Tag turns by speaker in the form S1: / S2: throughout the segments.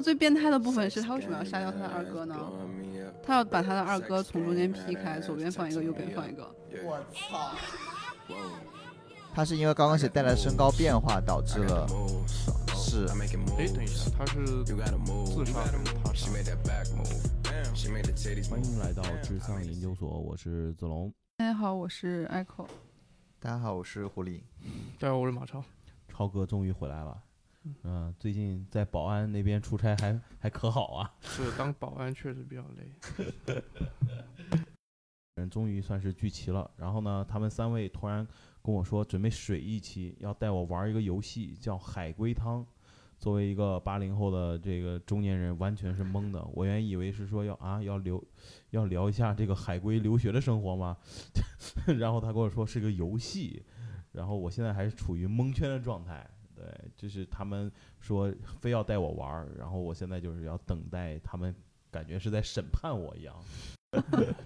S1: 最变态的部分是他为什么要杀掉他的二哥呢？他要把他的二哥从中间劈开，左边放一个，右边放一个。
S2: 我操！
S3: 他是因为高跟鞋带来的身高变化导致了是
S4: 哎，等一下，他是自杀还是他杀？
S5: 欢迎来到智丧研究所，我是子龙。
S1: 大家好，我是 Echo。
S3: 大家好，我是狐狸。
S4: 大家好，我是马超。
S5: 超哥终于回来了，嗯、最近在保安那边出差还还可好啊？
S4: 是当保安确实比较累。
S5: 人终于算是聚齐了。然后呢，他们三位突然跟我说，准备水一期，要带我玩一个游戏，叫海龟汤。作为一个八零后的这个中年人，完全是懵的。我原以为是说要啊要留，要聊一下这个海归留学的生活吗？然后他跟我说是个游戏，然后我现在还是处于蒙圈的状态。对，就是他们说非要带我玩儿，然后我现在就是要等待他们，感觉是在审判我一样。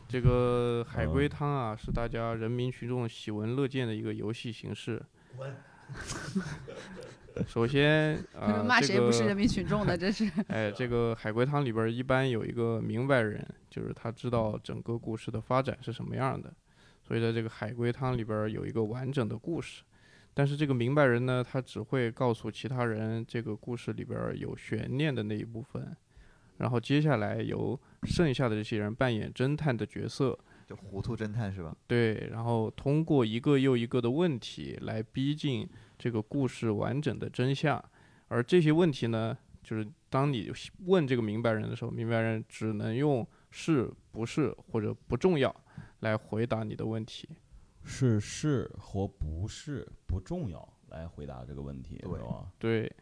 S4: 这个海龟汤啊，是大家人民群众喜闻乐见的一个游戏形式。 首先
S1: 你
S4: 啊，
S1: 们骂谁不是
S4: 这
S1: 人
S4: 个
S1: 民群众 的？这是
S4: 哎，这个海龟汤里边儿一般有一个明白人，就是他知道整个故事的发展是什么样的，所以在这个海龟汤里边儿有一个完整的故事。但是这个明白人呢，他只会告诉其他人这个故事里边儿有悬念的那一部分，然后接下来由剩下的这些人扮演侦探的角色，
S3: 就糊涂侦探是吧？
S4: 对，然后通过一个又一个的问题来逼近这个故事完整的真相，而这些问题呢，就是当你问这个明白人的时候，明白人只能用是不是或者不重要来回答你的问题。
S5: 是是或不是不重要来回答这个问题，
S3: 对
S5: 是吧？
S4: 对，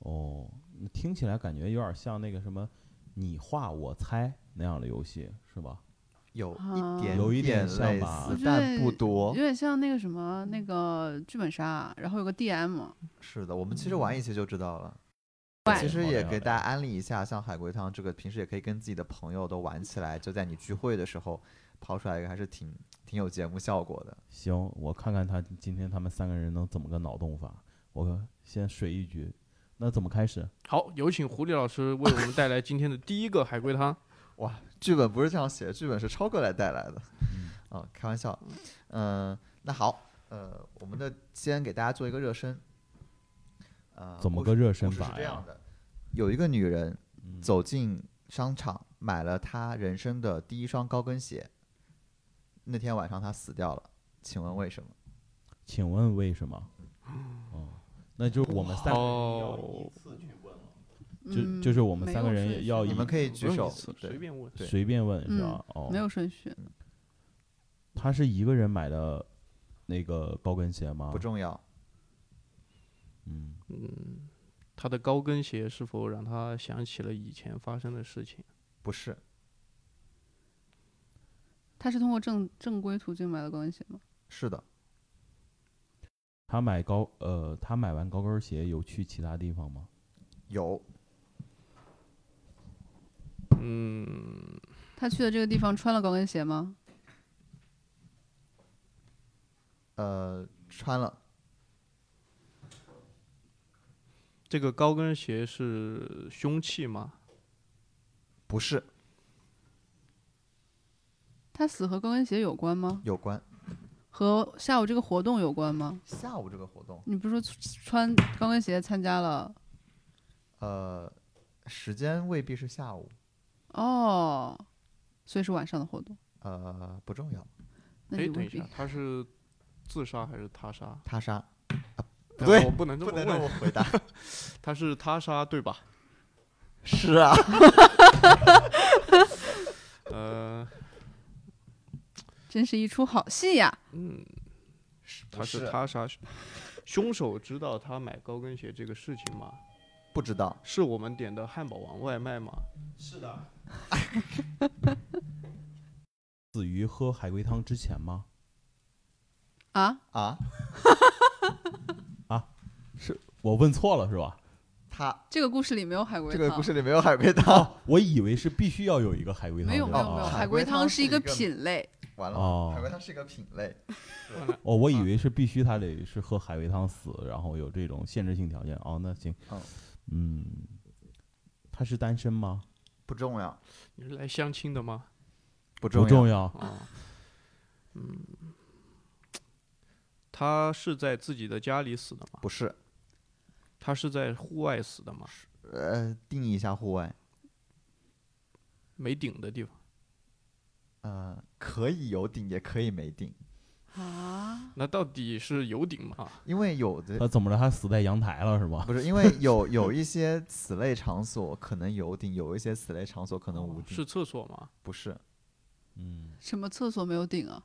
S5: 哦，那听起来感觉有点像那个什么你画我猜那样的游戏，是吧？
S3: 有
S1: 啊
S3: 一点
S5: 有一点像
S3: 类
S5: 吧
S3: 似，但不
S1: 有
S3: 多。
S1: 点像那个什么那个剧本杀，然后有个 DM，
S3: 是的，我们其实玩一期就知道了。
S1: 怪
S3: 其实也
S5: 哎好的
S3: 给大家安利一下，像海龟汤这个，平时也可以跟自己的朋友都玩起来，就在你聚会的时候抛出来一个，还是挺挺有节目效果的。
S5: 行，我看看他今天他们三个人能怎么个脑洞法。我先水一局，那怎么开始？
S4: 好，有请狐狸老师为我们带来今天的第一个海龟汤。
S3: 哇，剧本不是这样写，剧本是超哥来带来的。
S5: 嗯
S3: 啊、开玩笑。嗯、那好，呃，我们的先给大家做一个热身。呃，
S5: 怎么
S3: 故
S5: 个
S3: 事
S5: 热身
S3: 故事
S5: 法
S3: 是这
S5: 呀
S3: 样的，有一个女人
S5: 嗯，
S3: 走进商场，买了她人生的第一双高跟鞋。那天晚上她死掉了，请问为什么？
S5: 请问为什么？哦，那就是我们三个人要
S4: 哦
S5: 依次去问了，就就是我们
S1: 嗯没
S5: 三个
S1: 有
S5: 人
S1: 顺序
S5: 要
S1: 的
S5: 以
S3: 你们可以
S4: 不
S3: 举
S4: 用
S3: 手
S4: 一次，随
S3: 对，
S4: 便问。
S3: 对
S5: 随便问是吧？
S1: 没
S5: 哦，
S1: 有顺序，
S5: 他是一个人买的那个高跟鞋吗
S3: 不？重要。
S5: 嗯，
S4: 嗯，他的高跟鞋是否让他想起了以前发生的事情？
S3: 不是，
S1: 他是通过正正规途径买的高跟鞋吗？
S3: 是的，
S5: 他买高呃，他买完高跟鞋有去其他地方吗？
S3: 有
S4: 嗯，
S1: 他去的这个地方穿了高跟鞋吗？
S3: 呃穿了，
S4: 这个高跟鞋是凶器吗？
S3: 不是
S1: 他死和高跟鞋有关吗？
S3: 有关
S1: 和下午这个活动有关吗？
S3: 下午这个活动。
S1: 你不是说穿高跟鞋参加了？
S3: 呃，时间未必是下午，
S1: 哦，所以是晚上的活动，
S3: 呃，不重要。
S1: 那
S4: 哎，
S1: 你
S4: 等
S1: 未
S4: 一
S1: 必
S4: 下，他是自杀还是他杀？
S3: 他杀，不
S4: 哎
S3: 对
S4: 我不能这么问。
S3: 回答。
S4: 他是他杀对吧？
S3: 是啊，
S4: 呃，
S1: 真是一出好戏呀！
S4: 嗯，他
S3: 不
S4: 是啊他杀。凶手知道他买高跟鞋这个事情吗？
S3: 不知道，
S4: 是我们点的汉堡王外卖吗？
S5: 死于喝海龟汤之前吗？
S1: 啊，
S3: 啊，
S5: 我问错了是吧？
S3: 他
S1: 这个故事里没有海龟
S3: 这
S1: 汤，
S3: 个故事里没有海龟汤，
S5: 我以为是必须要有一个海龟汤
S1: 没
S5: 这
S1: 有
S5: 样
S1: 没
S5: 的啊，
S1: 有没有，
S3: 哦
S1: 海龟汤是一个
S3: 海龟汤是一
S1: 品类，
S3: 完了，
S5: 哦
S3: 海龟汤是一个品类，
S5: 哦，我以为是必须他得是喝嗯海龟汤死，然后有这种限制性条件。哦，那行
S3: 哦，
S5: 嗯，他是单身吗？
S3: 不重要，
S4: 你是来相亲的吗？
S3: 不
S5: 不重要，
S4: 啊，嗯，他是在自己的家里死的吗？
S3: 不是，
S4: 他是在户外死的吗？
S3: 呃，定义一下户外，
S4: 没顶的地方。
S3: 呃，可以有顶，也可以没顶，
S1: 啊，
S4: 那到底是有顶吗？
S3: 因为有的
S5: 他怎么着还死在阳台了是吧？
S3: 不是因为有有一些此类场所可能有顶，有一些此类场所可能无顶，
S4: 哦是厕所吗？
S3: 不是？
S5: 嗯，
S1: 什么厕所没有顶啊？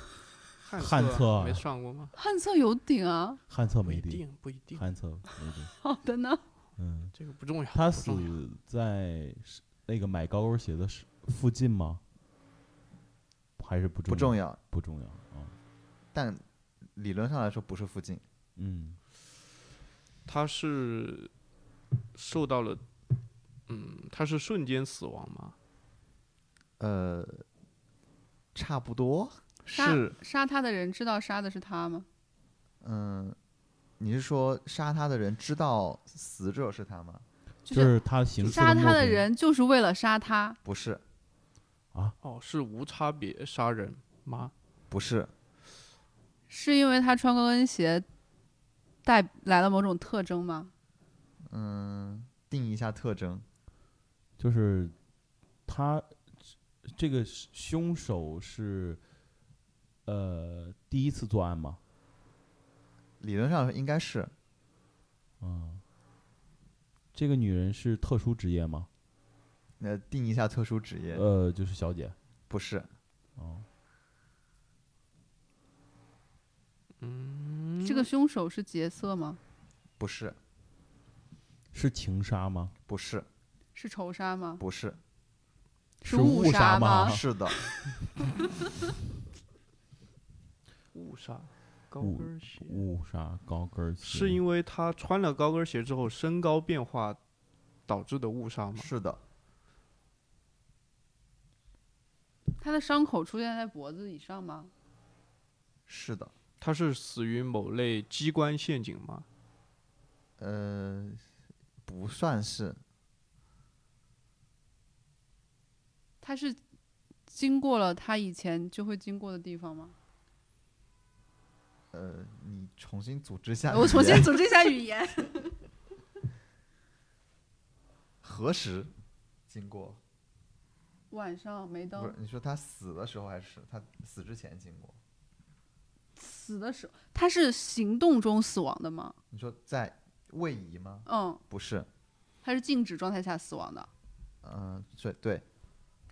S4: 旱
S5: 旱厕
S4: 没上过吗？
S1: 旱厕有顶啊？
S5: 旱厕
S4: 不一
S5: 没地，
S4: 定，不一定，
S5: 旱厕没地，
S1: 好的呢，
S5: 嗯，
S4: 这个不重要。
S5: 他
S4: 不
S5: 死
S4: 重要
S5: 在是那个买高跟鞋的是附近吗？还是不重
S3: 不重
S5: 要？
S3: 要，
S5: 不重要啊，
S3: 但理论上来说不是附近，
S5: 嗯，
S4: 他是受到了，嗯，他是瞬间死亡吗？
S3: 呃，差不多
S1: 杀
S3: 是，
S1: 杀他的人知道杀的是他吗？
S3: 嗯、你是说杀他的人知道死者是他吗？
S1: 就
S5: 就是他行刺
S1: 杀
S5: 目
S1: 他的
S5: 的
S1: 人就是为了杀他，
S3: 不是，
S4: 哦，是无差别杀人吗？
S3: 不是，
S1: 是因为他穿高跟鞋带来了某种特征吗？
S3: 嗯、定义一下特征，
S5: 就是他这个凶手是呃第一次作案吗？
S3: 理论上应该是
S5: 嗯，这个女人是特殊职业吗？
S3: 那呃定义一下特殊职业，
S5: 呃，就是小姐。
S3: 不是，
S5: 哦，
S1: 这个凶手是劫色吗？
S3: 不是，
S5: 是情杀吗？
S3: 不是，
S1: 是仇杀吗？
S3: 不是，
S1: 是
S5: 误
S1: 误杀
S5: 吗
S1: 吗啊？
S3: 是的，
S4: 误杀，高
S5: 误
S4: 跟鞋，
S5: 误杀高跟儿鞋
S4: 是因为他穿了高跟鞋之后身高变化导致的误杀吗？
S3: 是的，
S1: 他的伤口出现在脖子以上吗？
S3: 是的，
S4: 他是死于某类机关陷阱吗？
S3: 呃，不算是，
S1: 他是经过了他以前就会经过的地方 吗？
S3: 呃，你重新组织一下语言，
S1: 我重新组织一下语言。
S3: 何时经过？
S1: 晚上没
S3: 不是
S1: 灯，，
S3: 你说他死的时候还是他死之前经过？
S1: 死的时候他是行动中死亡的吗？
S3: 你说在位移吗？
S1: 嗯，
S3: 不是，
S1: 他是静止状态下死亡的。
S3: 嗯、对对，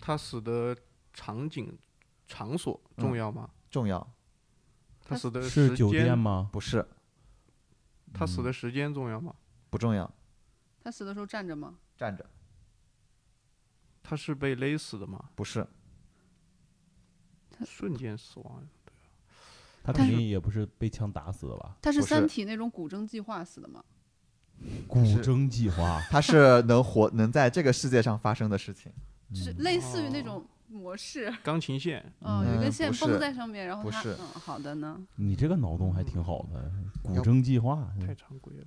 S4: 他死的场景场所重要吗？
S3: 重要，
S4: 他死的时
S5: 嗯是酒店
S4: 间，
S5: 吗？嗯
S3: 不是，
S4: 他死的时间重要吗？
S3: 不重要，
S1: 他死的时候站着吗？
S3: 站着，
S4: 他是被勒死的吗？
S3: 不是，
S4: 瞬间死亡，
S1: 但
S5: 他肯
S1: 是
S5: 定也不是被枪打死的吧？
S1: 他是
S3: 不
S1: 《
S3: 是
S1: 三体》那种古筝计划死的吗？
S5: 古
S3: 是
S5: 筝计划
S3: 他是能活能在这个世界上发生的事情，
S1: 就是
S5: 嗯
S3: 嗯
S1: 类似于那种模式，
S4: 钢琴线
S1: 嗯，有一根
S3: 嗯
S1: 线
S3: 不
S1: 绷
S3: 是
S1: 在上面，然后
S3: 不
S1: 他，
S3: 是
S1: 嗯，好的呢。
S5: 你这个脑洞还挺好的，古
S3: 要
S5: 筝计划
S4: 太常规了。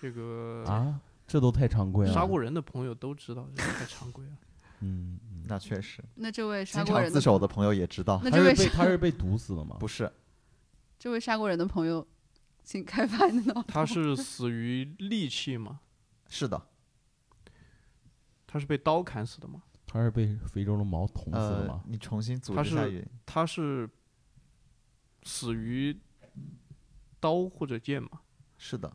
S4: 这个
S5: 啊，这都太常规了。
S4: 杀过人的朋友都知道，这个太常规了。
S5: 嗯，嗯
S3: 那确实，
S1: 那这位杀
S3: 经
S1: 过
S3: 常
S1: 人
S3: 自
S1: 的，
S3: 首的朋友也知道，
S1: 那
S5: 他
S1: 这
S5: 是
S1: 位
S5: 被
S1: 杀
S5: 他是被毒死的吗？
S3: 不是，
S1: 这位杀过人的朋友，请开发你的脑 洞。
S4: 他是死于利器吗？
S3: 是的，
S4: 他是被刀砍死的吗？
S5: 他是被非洲的毛捅死的
S3: 呃
S5: 吗，？
S3: 你重新组
S4: 他
S3: 织一下
S4: 是
S3: 语言，
S4: 他是死于刀或者剑吗？
S3: 是的，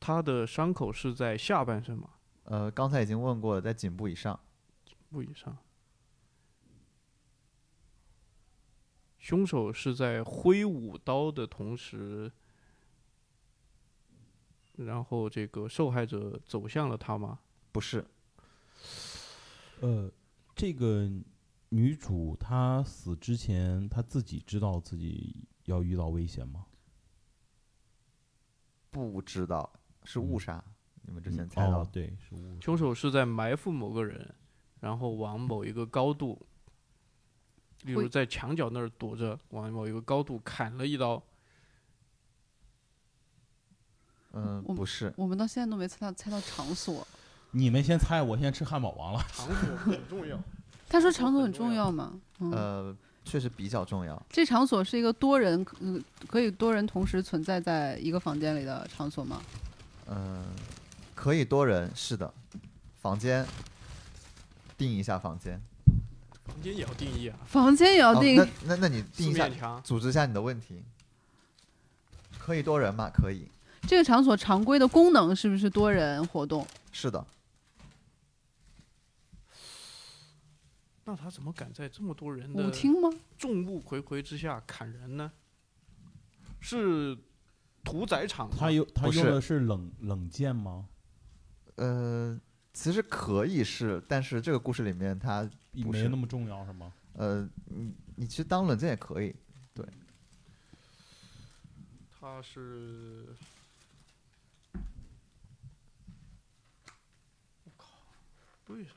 S4: 他的伤口是在下半身吗？
S3: 呃，刚才已经问过了，在颈部以上，
S4: 不以上。凶手是在挥舞刀的同时，然后这个受害者走向了他吗？
S3: 不是，
S5: 呃，这个女主她死之前，她自己知道自己要遇到危险吗？
S3: 不知道，是误杀，你们之前
S5: 嗯
S3: 猜到
S5: 哦
S3: 的，
S5: 对，是误
S4: 凶手是在埋伏某个人，然后往某一个高度，例如
S1: 会
S4: 在墙角那儿躲着，往某一个高度砍了一刀，
S3: 嗯，
S1: 我
S3: 不是，
S1: 我们到现在都没猜到猜到场所。
S5: 你们先猜，我先吃汉堡王了。
S4: 场所很重要。
S1: 他说场所很重要吗？嗯，
S3: 呃，确实比较重要。
S1: 这场所是一个多人，嗯，可以多人同时存在在一个房间里的场所吗？
S3: 嗯、可以多人，是的。房间，定一下房间。
S4: 房间也要定义啊，
S1: 房间也要
S3: 哦
S1: 定，
S3: 那那那你
S4: 四
S3: 定一下
S4: 面，墙，
S3: 组织一下你的问题。可以多人吗？可以，
S1: 这个场所常规的功能是不是多人活动？
S3: 是的。
S4: 那他怎么敢在这么多人
S1: 舞
S4: 的
S1: 厅吗？
S4: 众目睽睽之下砍人呢？是屠宰场吗
S5: 他用他
S3: 不
S5: 用
S3: 是
S5: 的是冷冷箭吗？
S3: 呃，其实可以是，但是这个故事里面它不
S5: 没
S3: 是
S5: 那么重要是吗？
S3: 呃，你你其实当冷箭也可以，
S4: 他是，我靠，为啥？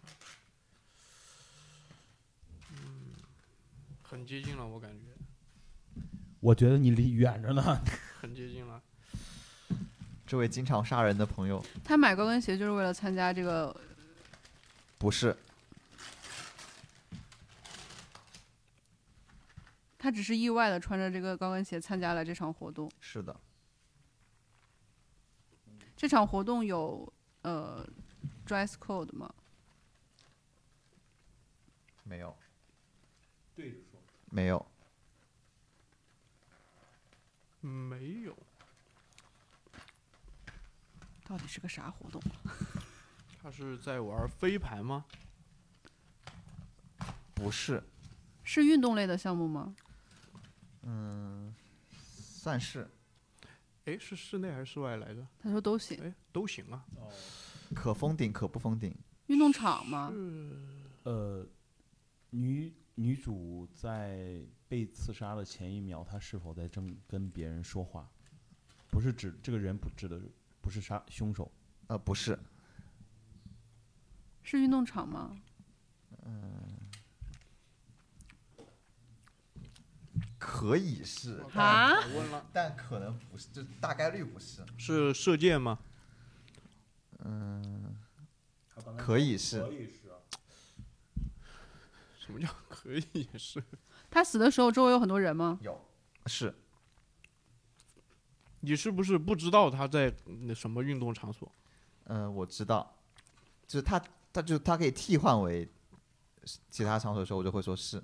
S4: 嗯，很接近了，我感觉
S5: 我觉得你离远着呢。
S4: 很接近了。
S3: 这位经常杀人的朋友
S1: 他买高跟鞋就是为了参加这个
S3: 不是，
S1: 他只是意外的穿着这个高跟鞋参加了这场活动。
S3: 是的，
S1: 这场活动有呃 dress code 吗？
S3: 没有，
S5: 对着说。
S3: 没有，
S4: 没有，
S1: 到底是个啥活动？啊
S4: 他是在玩飞盘吗？
S3: 不是，
S1: 是运动类的项目吗？
S3: 嗯，算是
S4: 哎，是室内还是室外来着？
S1: 他说都行，
S4: 哎，都行啊。
S5: 哦，
S3: 可封顶可不封顶，
S1: 运动场吗？
S5: 呃，女女主在被刺杀的前一秒，她是否在正跟别人说话？不是指这个人不指的不是杀凶手，
S3: 呃，不是，
S1: 是运动场吗？
S3: 可以是，
S1: 啊？
S4: 我问了，
S3: 但可能不是，就大概率不是，
S4: 是射箭吗？
S3: 嗯，可以是，
S5: 以是、
S4: 什么叫 可以是？
S1: 他死的时候周围有很多人吗？
S3: 有，是
S4: 你是不是不知道他在那什么运动场所？
S3: 嗯、我知道，就是他，他就他可以替换为其他场所的时候，我就会说是，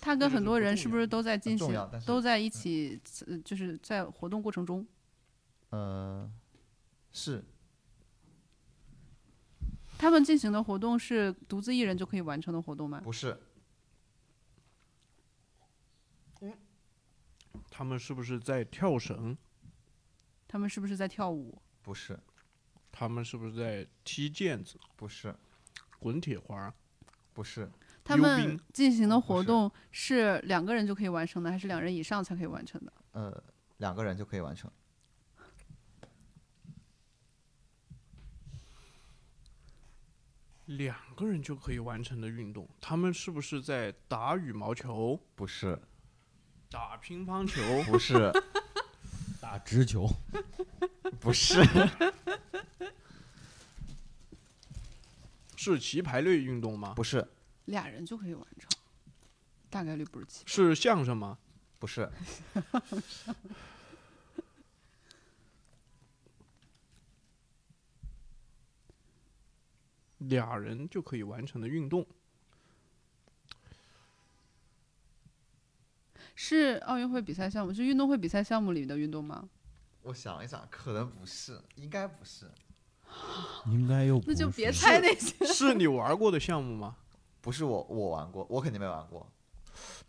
S1: 他跟很多人是不是都在进
S3: 重
S1: 行
S3: 要但是，
S1: 都在一起，呃就是在活动过程中？
S3: 呃，是
S1: 他们进行的活动是独自一人就可以完成的活动吗？
S3: 不是？
S4: 他们是不是在跳绳？
S1: 他们是不是在跳舞？
S3: 不是，
S4: 他们是不是在踢毽子、
S3: 不是，
S4: 滚铁环？
S3: 不是，
S1: 他
S4: 溜
S1: 们
S4: 冰
S1: 进行的
S3: 不
S1: 活
S3: 是
S1: 动是两个人就可以完成的，还是两人以上才可以完成的？
S3: 呃，两个人就可以完成。
S4: 两个人就可以完成的运动？他们是不是在打羽毛球、
S3: 不是，
S4: 打乒乓球？
S3: 不是，
S5: 打直球，
S3: 不是，
S4: 是棋牌类运动吗？
S3: 不是，
S1: 俩人就可以完成，大概率不是七。
S4: 是相声吗？
S3: 不是，
S4: 俩人就可以完成的运动？
S1: 是奥运会比赛项目，是运动会比赛项目里的运动吗？
S3: 我想一想，可能不是，应该不是，
S5: 应该又不
S1: 那就别
S5: 是
S1: 猜那些。
S4: 是你玩过的项目吗？
S3: 不是我我玩过，我肯定没玩过，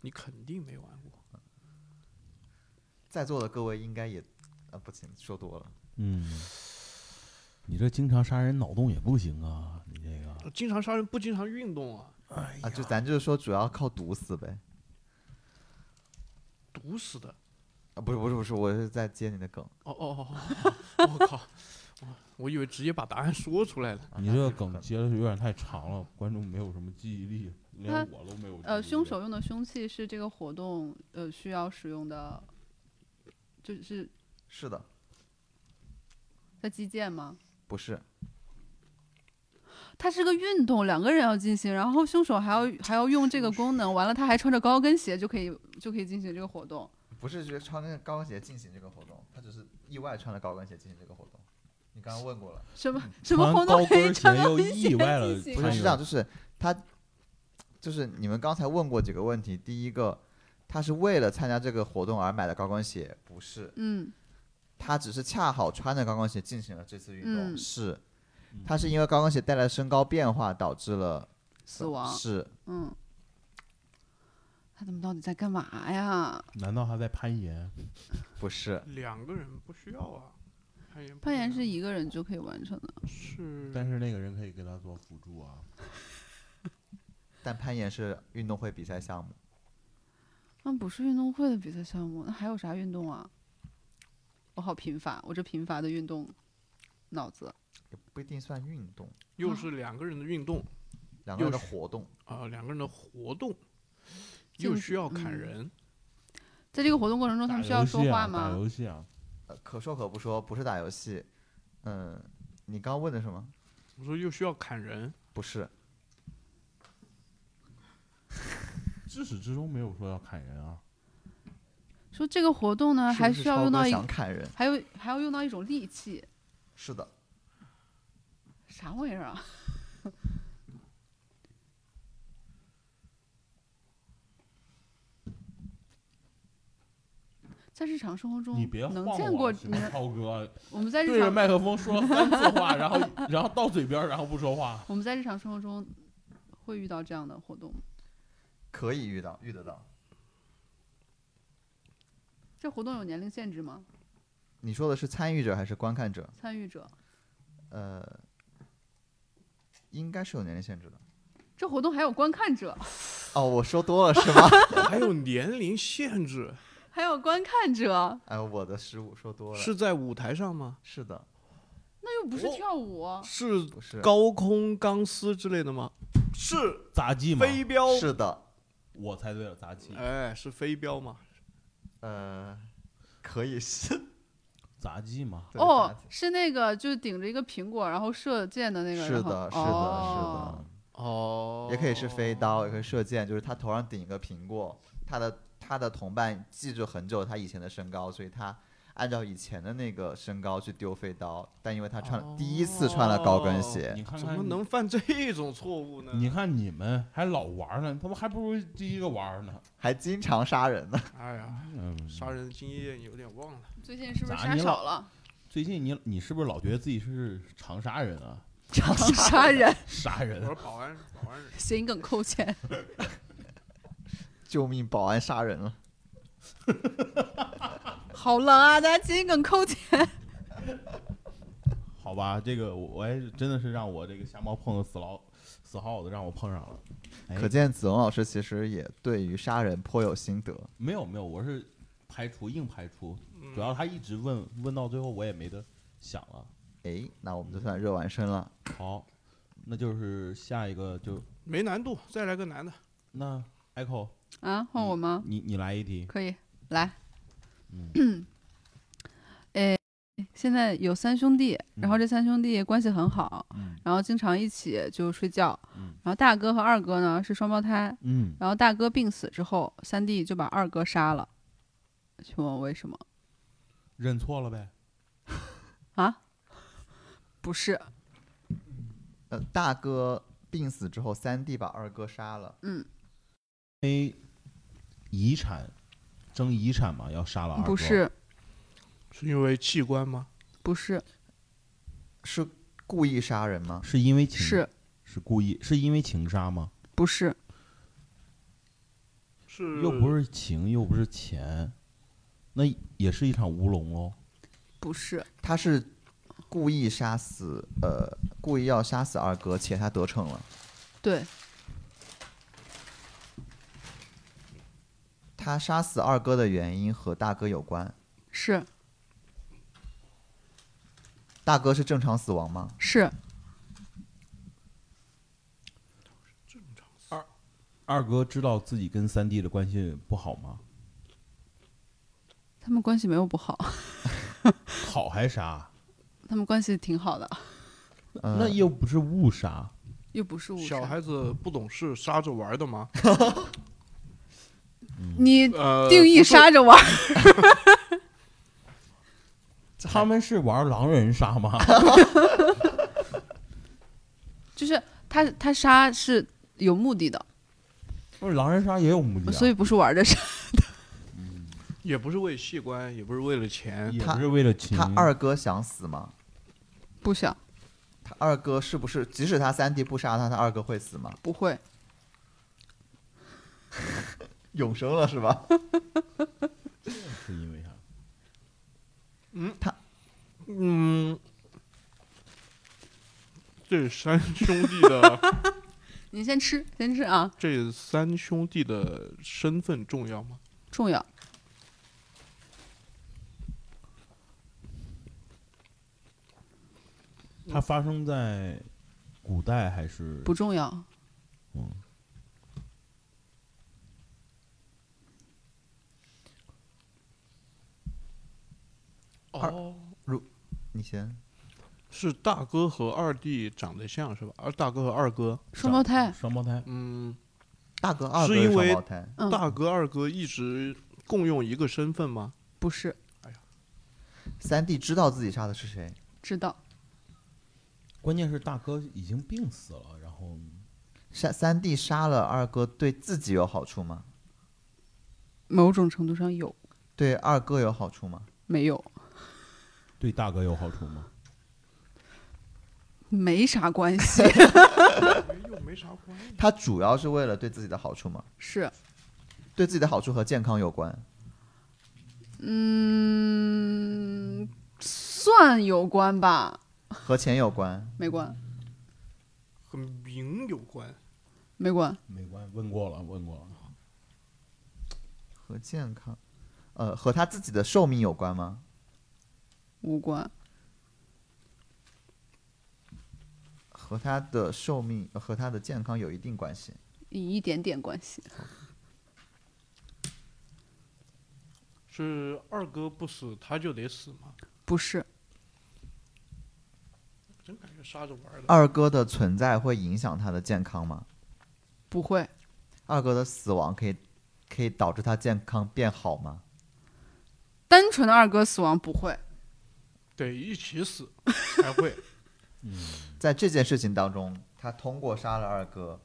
S4: 你肯定没玩过。
S3: 在座的各位应该也，啊，不行，说多了，
S5: 嗯，你这经常杀人脑洞也不行啊，你这个
S4: 经常杀人不经常运动啊，
S3: 啊，就咱就是说主要靠毒死呗，
S4: 毒死的。
S3: 啊，不是不是不是，我是在接你的梗，
S4: 哦哦哦哦！我靠，我我以为直接把答案说出来了。
S3: 啊
S5: 你这个梗接的是有点太长了，观众没有什么记忆力，连
S1: 他
S5: 我都没有。
S1: 呃，凶手用的凶器是这个活动呃需要使用的，就是
S3: 是的，
S1: 在击剑吗？
S3: 不是，
S1: 它是个运动，两个人要进行，然后凶手还要
S5: 嗯
S1: 还要用这个功能，完了他还穿着高跟鞋就可以就可以进行这个活动。
S3: 不是觉穿着高跟鞋进行这个活动，他只是意外穿了高跟鞋进行这个活动。你刚刚问过了，
S1: 什么什么
S5: 嗯穿
S1: 活
S5: 高
S1: 动可以
S5: 跟
S1: 穿
S5: 鞋
S1: 高
S5: 又
S1: 跟鞋
S5: 意外了，
S1: 进行
S3: 不
S5: 穿
S3: 是是
S5: 越
S3: 这样，就是他就是你们刚才问过几个问题，第一个。他是为了参加这个活动而买的高跟鞋，不是。
S1: 嗯，
S3: 他只是恰好穿着高跟鞋进行了这次运动，
S1: 嗯
S3: 是
S5: 嗯。
S3: 他是因为高跟鞋带来的身高变化导致了
S1: 死亡。
S3: 是
S1: 嗯，他怎么到底在干嘛呀？
S5: 难道他在攀岩？
S3: 不是？
S4: 两个人不需要啊。攀岩不
S1: 攀岩
S4: 需
S1: 是
S4: 要
S1: 一个人就可以完成的，
S4: 是，
S5: 但是那个人可以给他做辅助啊。
S3: 但攀岩是运动会比赛项目，
S1: 那不是运动会的比赛项目，那还有啥运动啊？我好贫乏，我这贫乏的运动脑子。
S3: 也不一定算运动，
S4: 又是两个人的运动
S3: 两个人的
S4: 又是
S3: 活动。
S4: 啊、两个人的活动，
S1: 就
S4: 又
S1: 是
S4: 需要砍
S1: 嗯
S4: 人，
S1: 在这个活动过程中，他
S5: 打
S1: 们需要
S5: 游
S1: 说
S5: 戏
S1: 话
S5: 啊，打
S1: 吗？
S5: 游戏啊，
S3: 呃，可说可不说，不是打游戏。嗯，你刚问的什么？
S4: 我说又需要砍人，
S3: 不是，
S5: 至始至终没有说要砍人啊。
S1: 说这个活动呢，
S3: 是
S1: 啊还
S3: 不是
S1: 需要
S3: 超
S1: 用
S3: 哥
S1: 到一，
S3: 想砍人。
S1: 还有还要用到一种利器，
S3: 是的，
S1: 啥玩意儿啊？ 在日常生活中，
S5: 你别
S1: 嗯
S5: 晃
S1: 能
S5: 我啊
S1: 见过
S5: 行
S1: 你
S5: 吗
S1: 能
S5: 超哥
S1: 我们在
S5: 对
S1: 日
S5: 着
S1: 常
S5: 麦克 风说了三次话，然后然后到嘴边儿，然后不说话。
S1: 我们在日常生活中会遇到这样的活动吗，
S3: 可以遇到，遇得到。
S1: 这活动有年龄限制吗？
S3: 你说的是参与者还是观看者？
S1: 参与者，
S3: 呃，应该是有年龄限制的。
S1: 这活动还有观看者，
S3: 哦，我说多了是吗？
S4: 还有年龄限制，
S1: 还有观看者，
S3: 哎，我的失误说多了。
S4: 是在舞台上吗？
S3: 是的，
S1: 那又不是
S4: 哦
S1: 跳舞，
S4: 是
S3: 不是
S4: 高空钢丝之类的吗？是
S5: 杂技嘛，
S4: 飞镖，
S3: 是的，
S5: 我猜对了，杂技，
S4: 哎，是飞镖吗？
S3: 呃，可以是。
S5: 杂技嘛，
S3: 对
S1: 哦
S3: 杂，技
S1: 是那个就顶着一个苹果然后射箭的那个，
S3: 是
S1: 然后
S3: 的，是的，
S1: 哦
S3: 是的。
S4: 哦，
S3: 也可以是飞刀，也可以射箭，就是他头上顶一个苹果，他的他的同伴记住很久他以前的身高，所以他按照以前的那个身高去丢飞刀，但因为他穿、第一次穿了高跟鞋，
S5: 你看
S4: 哎怎
S5: 看
S4: 么能犯这种错误呢？
S5: 你看你们还老玩儿呢，他们还不如第一个玩儿呢。
S3: 还经常杀人呢。
S4: 哎呀，
S5: 嗯，
S4: 杀人的经验有点忘了，
S1: 最近是不是
S5: 咋
S1: 杀
S5: 你
S1: 少
S5: 老
S1: 了？
S5: 最近你你是不是老觉得自己是长沙人啊？
S1: 杀人，
S5: 杀
S4: 我
S5: 人
S4: 说保安，保安人，
S1: 谐音梗扣 钱。
S3: 救命，保安杀人了！
S1: 好冷啊！大家谐音梗扣钱。
S5: 好吧，这个我我也是真的是让我这个瞎猫碰到死老死耗子，让我碰上了。哎
S3: 可见子龙老师其实也对于杀人颇有心得。
S5: 没有没有，我是排除硬排除，
S4: 嗯
S5: 主要他一直问问到最后我也没得想了。
S3: 哎，那我们就算热完身了。
S5: 好，那就是下一个就
S4: 没难度，再来个男的，
S5: 那 Echo，
S1: 啊，换我吗？
S5: 你你来一题，
S1: 可以，来。
S5: 嗯，
S1: 诶，现在有三兄弟，然后
S5: 嗯
S1: 这三兄弟关系很好，
S5: 嗯
S1: 然后经常一起就睡觉。
S5: 嗯
S1: 然后大哥和二哥呢是双胞胎，
S5: 嗯，
S1: 然后大哥病死之后，三弟就把二哥杀了。请问我为什么？
S5: 认错了呗。
S1: 啊？不是，
S3: 呃，大哥病死之后，三弟把二哥杀了，
S1: 嗯，
S5: 因为遗产争遗产嘛，要杀了二哥。
S1: 不，是，
S4: 是因为器官吗？
S1: 不是，
S3: 是故意杀人吗？
S5: 是因为情
S1: 是
S5: 是故意，是因为情杀吗？
S1: 不是？
S4: 是
S5: 又不是
S1: 嗯
S5: 情，又不是钱，那也是一场乌龙哦喽。
S1: 不是，
S3: 他是故意杀死，呃，故意要杀死二哥，且他得逞了。
S1: 对，
S3: 他杀死二哥的原因和大哥有关。
S1: 是
S3: 大哥是正常死亡吗？
S1: 是
S5: 二哥知道自己跟三弟的关系不好吗？
S1: 他们关系没有不好，
S5: 好还杀？
S1: 他们关系挺好的，呃
S3: 嗯
S5: 那又不是误杀，
S1: 又不是误
S4: 小
S1: 杀。
S4: 孩子不懂事，杀着玩儿的吗？
S1: 你
S4: 呃，
S1: 定义
S4: 不是
S1: 杀着玩儿，
S5: 他们是玩狼人杀吗？
S1: 就是他他杀是有目的的，
S5: 不是狼人杀也有目的、啊，
S1: 所以不是玩着杀。
S4: 也不是为器官，也不是为了钱，
S5: 也
S3: 他
S5: 不是为了情。
S3: 他二哥想死吗？
S1: 不想
S3: 他二哥是不是即使他三弟不杀他，他二哥会死吗？
S1: 不会，
S3: 永生了是吧？
S5: 是因为啥？
S4: 嗯，这三兄弟的
S1: 你先吃先吃啊，
S4: 这三兄弟的身份重要吗？
S1: 重要。
S5: 它发生在古代还是
S1: 不重要。
S5: 嗯
S3: 二
S4: 哦，
S3: 你先，
S4: 是大哥和二弟长得像是吧？而大哥和二哥，
S1: 双胞胎，
S5: 双胞胎，
S4: 嗯，
S3: 大哥二哥
S4: 是因
S3: 双
S4: 为
S3: 胞胎，
S1: 嗯
S4: 大哥二哥一直共用一个身份吗？
S1: 不是
S3: 三弟知道自己杀的是谁，
S1: 知道
S5: 关键是大哥已经病死了，然后
S3: 三三弟杀了二哥对自己有好处吗？
S1: 某种程度上有
S3: 对二哥有好处吗？
S1: 没有
S5: 对大哥有好处吗？
S1: 没啥关 系，
S4: 又没啥关系。
S3: 他主要是为了对自己的好处吗？
S1: 是
S3: 对自己的好处和健康有关，
S1: 嗯，算有关吧，
S3: 和钱有关，
S1: 没关
S4: 和名有关，
S1: 没关，
S5: 没关，问过了，问过了。
S3: 和健康，呃，和他自己的寿命有关吗？
S1: 无关，
S3: 和他的寿命和他的健康有一定关系。
S1: 有一点点关系，
S4: 是二哥不死他就得死吗？
S1: 不是
S4: 真感觉杀着玩儿的。
S3: 二哥的存在会影响他的健康吗？
S1: 不会
S3: 二哥的死亡可以可以导致他健康变好吗？
S1: 单纯的二哥死亡不会，
S4: 得一起死才会。
S3: 在这件事情当中，他通过杀了二哥，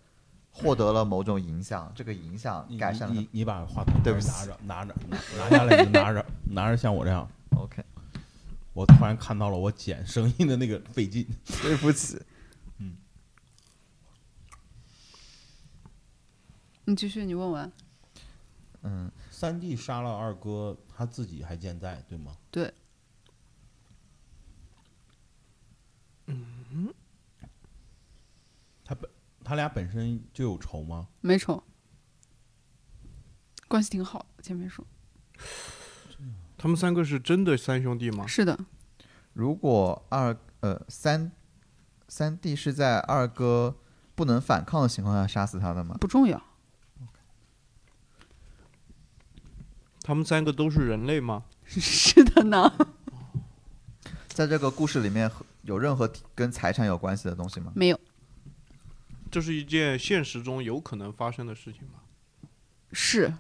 S3: 获得了某种影响，这个影响
S5: 你
S3: 改善了
S5: 你你把话筒
S3: 对不起
S5: 拿着拿着拿拿下来，你拿着拿着，像我这样，
S3: 他。OK，
S5: 我突然看到了我剪声音的那个费劲。
S3: 对不起，
S1: 你继续，你问完，
S3: 嗯，
S5: 三弟杀了二哥，他自己还健在，对吗？
S1: 对。
S5: 嗯他本他俩本身就有仇吗？
S1: 没仇，关系挺好的，前面说
S4: 他们三个是真的三兄弟
S3: 啊
S4: 吗？
S1: 是的，
S3: 如果二呃三三弟是在二哥不能反抗的情况下杀死他的吗？
S1: 不重 要，
S4: 他们三个都是人类吗？
S1: 是的 呢，
S3: 在这个故事里面和有任何提跟财产有关系的东西吗？
S1: 没有
S4: 这是一件现实中有可能发生的事情吗？
S1: 是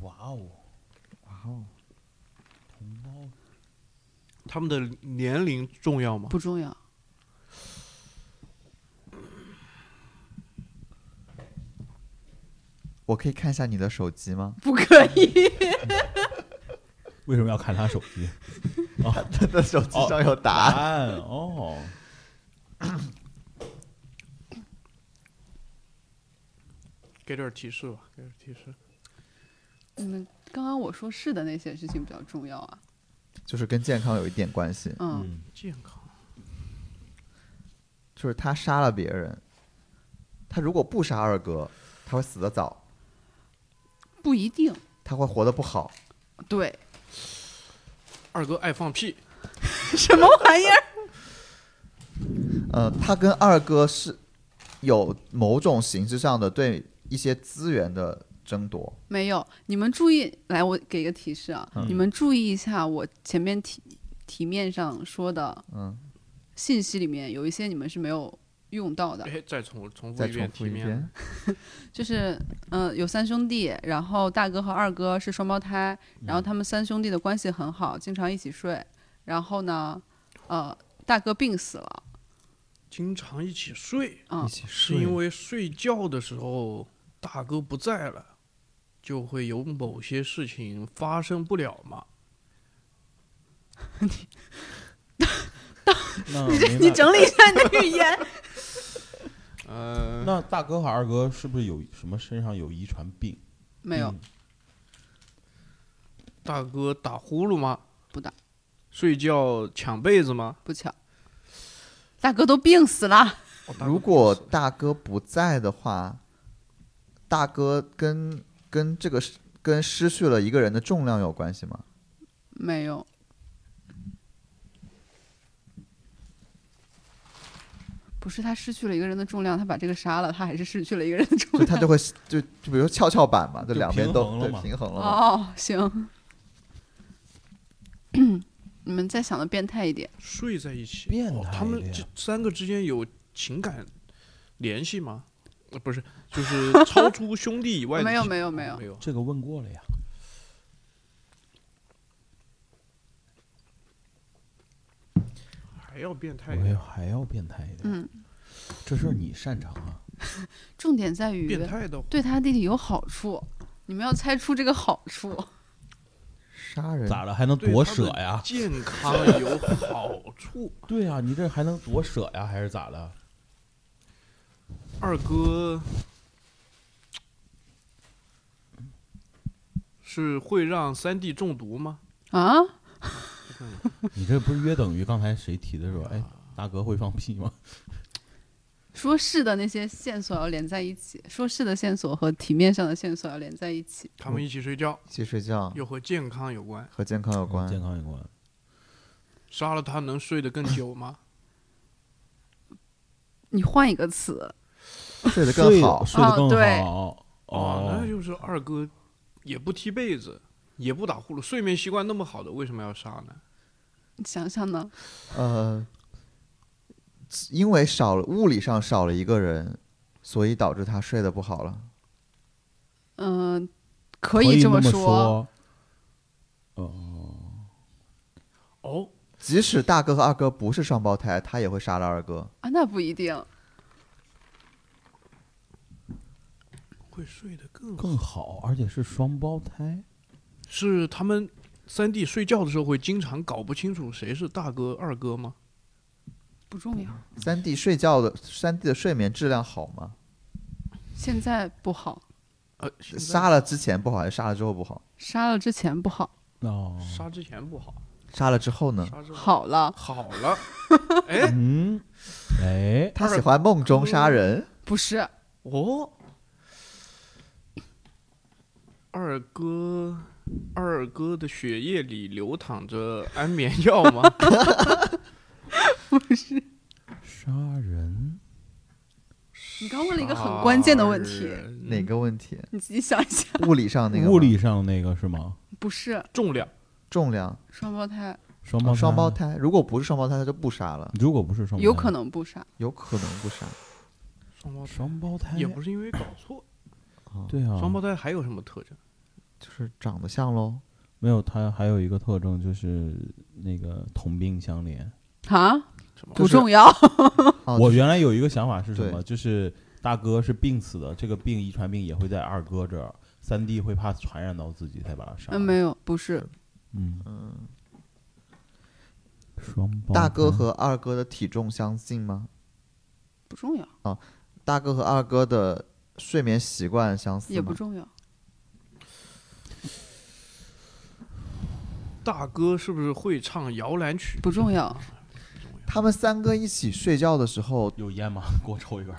S5: 哇哦，
S3: 哇哦，
S5: 同胞
S4: 他们的年龄重要吗？
S1: 不重要，
S3: 啊我可以看一下你的手机 吗？
S1: 不可以，
S5: 为什么要看他手 机？
S3: 他的手机上有答案。
S5: 案哦，
S4: 给点提示吧，给点提示。
S1: 你
S3: 嗯
S1: 们嗯刚刚我说是的那些事情比较重要啊，
S3: 就是跟健康有一点关系，
S1: 嗯。
S5: 嗯，
S4: 健康，
S3: 就是他杀了别人，他如果不杀二哥，他会死得早，
S1: 不一定，
S3: 他会活得不好。
S1: 对，
S4: 二哥爱放屁，
S1: 什么玩意儿？
S3: 呃，他跟二哥是有某种形式上的对一些资源的争夺。
S1: 没有，你们注意，来，我给个提示啊，
S3: 嗯
S1: 你们注意一下我前面提题面上说的
S3: 嗯，
S1: 信息里面有一些你们是没有用到的，
S4: 哎，再重重复
S3: 再
S4: 一遍
S3: 重
S4: 题
S3: 复一
S4: 面，
S3: 遍，
S1: 就是嗯、呃有三兄弟，然后大哥和二哥是双胞胎，然后他们三兄弟的关系很好，经常一起睡。然后呢，呃，大哥病死了，
S4: 经常一起睡，
S1: 嗯
S3: 一，起
S4: 是
S3: 睡
S4: 因为睡觉的时候大哥不在了，就会有某些事情发生不了嘛。
S5: 那
S1: 你
S5: 你
S1: 整理一下你的语言。
S4: 呃，
S5: 那大哥和二哥是不是有什么身上有遗传病？
S1: 没有，
S4: 大哥打呼噜吗？
S1: 不打。
S4: 睡觉抢被子吗？
S1: 不巧，大哥都病死了，
S4: 哦
S3: 如果大哥不在的话，大哥跟跟这个失跟失去了一个人的重量有关系 吗？
S1: 没有。不是他失去了一个人的重量，他把这个杀了，他还是失去了一个人的重
S3: 就
S1: 量。
S3: 他就会就就比如说跷跷板嘛，就
S5: 就
S3: 两边
S5: 平
S3: 都
S5: 衡了
S3: 对
S5: 嘛
S3: 平衡了嘛。
S1: 哦，行， 你们再想的变态一点，
S4: 睡在一起，
S5: 变
S4: 哦
S5: 态
S4: 他们
S5: 了
S4: 这
S5: 呀
S4: 三个之间有情感联系吗？呃， 不是，就是超出兄弟以外的
S1: 没有
S4: 情
S1: 没有没
S4: 没
S1: 有
S4: 没有。
S5: 这个问过了呀。
S4: 还要变态一
S5: 我要
S4: 点，
S5: 还要变态一点。
S1: 嗯，
S5: 这事儿你擅长啊。
S1: 重点在于
S4: 变态的
S1: 对他弟弟有好处，你们要猜出这个好处。
S3: 杀人
S5: 咋了？还能
S4: 对
S5: 多
S4: 他
S5: 舍
S4: 的
S5: 呀？
S4: 健康有好处。
S5: 对呀、你这还能多舍呀？还是咋的？
S4: 二哥是会让三弟中毒吗？
S1: 啊，
S5: 你这不是约等于刚才谁提的时候？哎，大哥会放屁吗？
S1: 说是的那些线索要连在一起，说是的线索和题面上的线索要连在一起。
S4: 他
S5: 嗯
S4: 们一起睡觉，
S3: 一起睡觉
S4: 又和健康有关。
S3: 和健康有关，
S5: 健康有关。
S4: 杀了他能睡得更久吗？
S1: 你换一个词，
S3: 睡得更好。
S5: 睡得
S1: 哦
S5: 更
S1: 对
S5: 好。
S4: 啊哦那就是二哥也不踢被子，也不打呼噜，睡眠习惯那么好的，为什么要杀呢？
S1: 你想想呢？
S3: 呃，因为少了物理上少了一个人，所以导致他睡得不好了。
S1: 嗯、
S5: 可
S1: 可以这
S5: 么
S1: 说。
S5: 说。哦，
S4: 哦，
S3: 即使大哥和二哥不是双胞胎，他也会杀了二哥。
S1: 啊，那不一定。
S4: 会睡得更好
S5: 更好，而且是双胞胎。
S4: 是他们三弟睡觉的时候会经常搞不清楚谁是大哥二哥吗？
S1: 不重要，
S3: 三弟睡觉的三弟的睡眠质量好吗？
S1: 现在不好，
S4: 呃，现在
S3: 杀了之前不好，还是杀了之后不好？
S1: 杀了之前不好，
S5: 哦，
S4: 杀之前不好，
S3: 杀了之后呢？
S4: 杀之后
S1: 好了，
S4: 好了，哎，
S5: 嗯，哎，
S3: 他喜欢梦中杀人，
S1: 不是
S4: 哦，二哥，二哥的血液里流淌着安眠药吗？
S5: 杀人
S1: 你刚问了一个很关键的问题
S4: 杀人
S3: 哪个问题？
S1: 你自己想一下，
S3: 物理上那个吗
S5: 物理上那个是吗？
S1: 不是
S4: 重量？
S3: 重量，
S1: 双胞胎，
S5: 双胞
S3: 哦双胞
S5: 胎，
S3: 胎，如果不是双胞胎，他就不杀了，
S5: 如果不是双胞胎，
S1: 有可能不杀。
S3: 有可能不杀。
S4: 双胞胎
S5: 双胞胎
S4: 也不是因为搞错，
S5: 对啊，
S4: 双胞胎还有什么特征？
S3: 就是长得像喽，
S5: 没有，它还有一个特征就是那个同病相怜。
S1: 啊，
S4: 什么
S1: 不重要。
S3: 哦
S5: 我
S3: 就是
S5: 原来有一个想法是什么？
S3: 对
S5: 就是大哥是病死的，这个病遗传病也会在二哥这儿，三弟会怕传染到自己才把他杀了。
S1: 嗯，没有，不是，
S5: 嗯，
S3: 嗯，
S5: 双胞
S3: 大
S5: 胎
S3: 哥和二哥的体重相近吗？
S1: 不重要，
S3: 大哥和二哥的睡眠习惯相似
S1: 也不
S3: 吗？
S1: 重要。
S4: 大哥是不是会唱摇篮曲？
S1: 不重要，
S3: 他们三个一起睡觉的时候
S5: 有烟吗？ 给我抽一根。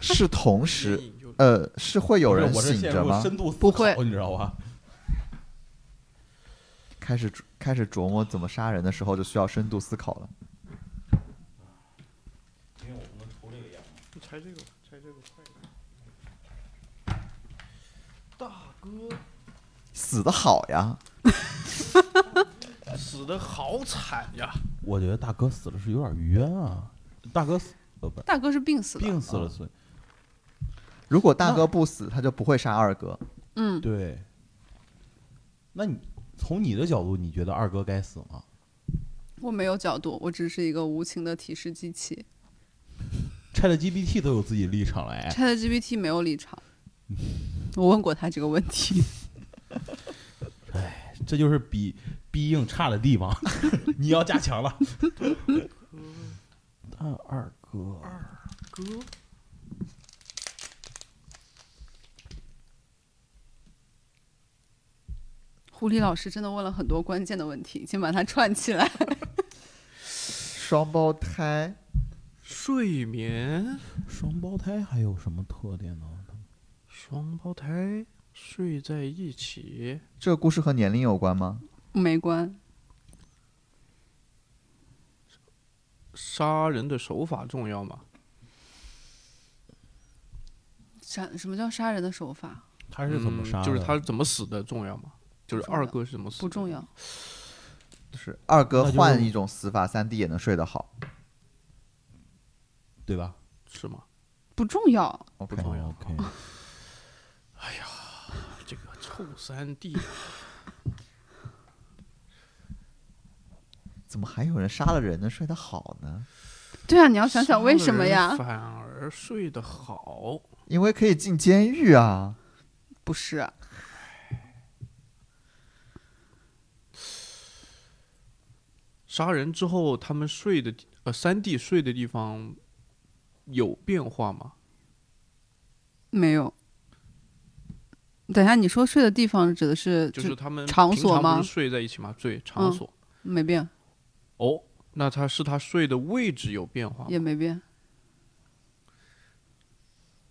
S3: 是同时，
S4: 你就
S3: 呃，是会有人
S5: 不是我
S3: 醒
S5: 是陷
S3: 着
S5: 入
S3: 吗？
S5: 深度思
S1: 不会
S5: 考你知道吧？
S3: 开始开始琢磨怎么杀人的时候，就需要深度思考了。
S4: 你拆这个吧，拆这个快一点。大哥，
S3: 死的好呀，
S4: 死的好惨呀！
S5: 我觉得大哥死了是有点冤啊，大哥死呃不是
S1: 大哥是病死的，
S5: 病死了
S3: 啊
S5: 所以
S3: 如果大哥不死，他就不会杀二哥。
S1: 嗯，
S5: 对。那你从你的角度，你觉得二哥该死吗？
S1: 我没有角度，我只是一个无情的提示机器。
S5: ChatGPT 都有自己立场了，哎，
S1: ChatGPT 没有立场，我问过他这个问题。
S5: 这就是比逼硬差的地方， 你要加强了。但二哥，
S4: 哥，
S1: 狐狸老师真的问了很多关键的问题，请把它串起来。
S3: 双胞胎，
S4: 睡眠，
S5: 双胞胎还有什么特点呢？
S4: 双胞胎睡在一起，
S3: 这个故事和年龄有关吗？
S1: 没关，
S4: 杀人的手法重要吗？
S1: 啥什么叫杀人的手法？
S5: 他是怎么
S4: 嗯
S5: 杀的？
S4: 就是他是怎么死的重要吗？就是
S1: 不重要
S4: 二哥是怎么死的？
S1: 不重要，
S3: 就是二哥
S5: 那就
S3: 换一种死法，三弟也能睡得好。
S5: 对吧？
S4: 是吗？
S1: 不重要。
S3: OK，
S4: 不重要
S5: 哦 OK，
S4: 这个臭三弟，
S3: 怎么还有人杀了人能睡得好呢？
S1: 对啊，你要想想为什么
S4: 杀人
S1: 呀？
S4: 反而睡得好，
S3: 因为可以进监狱啊。
S1: 不是，
S4: 杀人之后他们睡的地呃三弟睡的地方有变化吗？
S1: 没有。等一下，你说睡的地方指的是
S4: 就是他们
S1: 场
S4: 平
S1: 所
S4: 常不
S1: 吗
S4: 是睡在一起吗？对，场
S1: 嗯
S4: 所。
S1: 没变，
S4: 哦，那他是他睡的位置有变
S5: 啊
S4: 化吗？
S1: 也没变。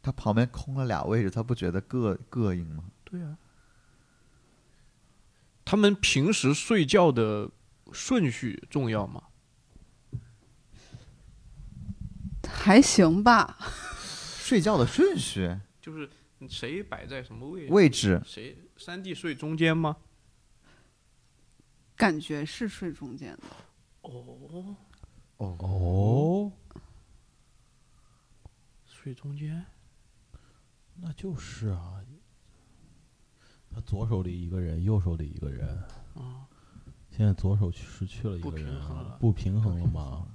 S3: 他旁边空了俩位置，他不觉得膈膈应吗？
S4: 对啊，他们平时睡觉的顺序重要吗？
S1: 还行吧，
S3: 睡觉的顺序、
S4: 就是谁摆在什么位置？
S3: 位置，
S4: 谁三弟睡中间吗？
S1: 感觉是睡中间的。
S4: 哦，
S5: 哦，
S4: 睡中间，
S5: 那就是啊，他左手里一个人，右手里一个人，
S4: 啊、
S5: 现在左手去失去了一
S4: 不
S5: 个人
S4: 平衡
S5: 啊
S4: 了，
S5: 不平衡了吗？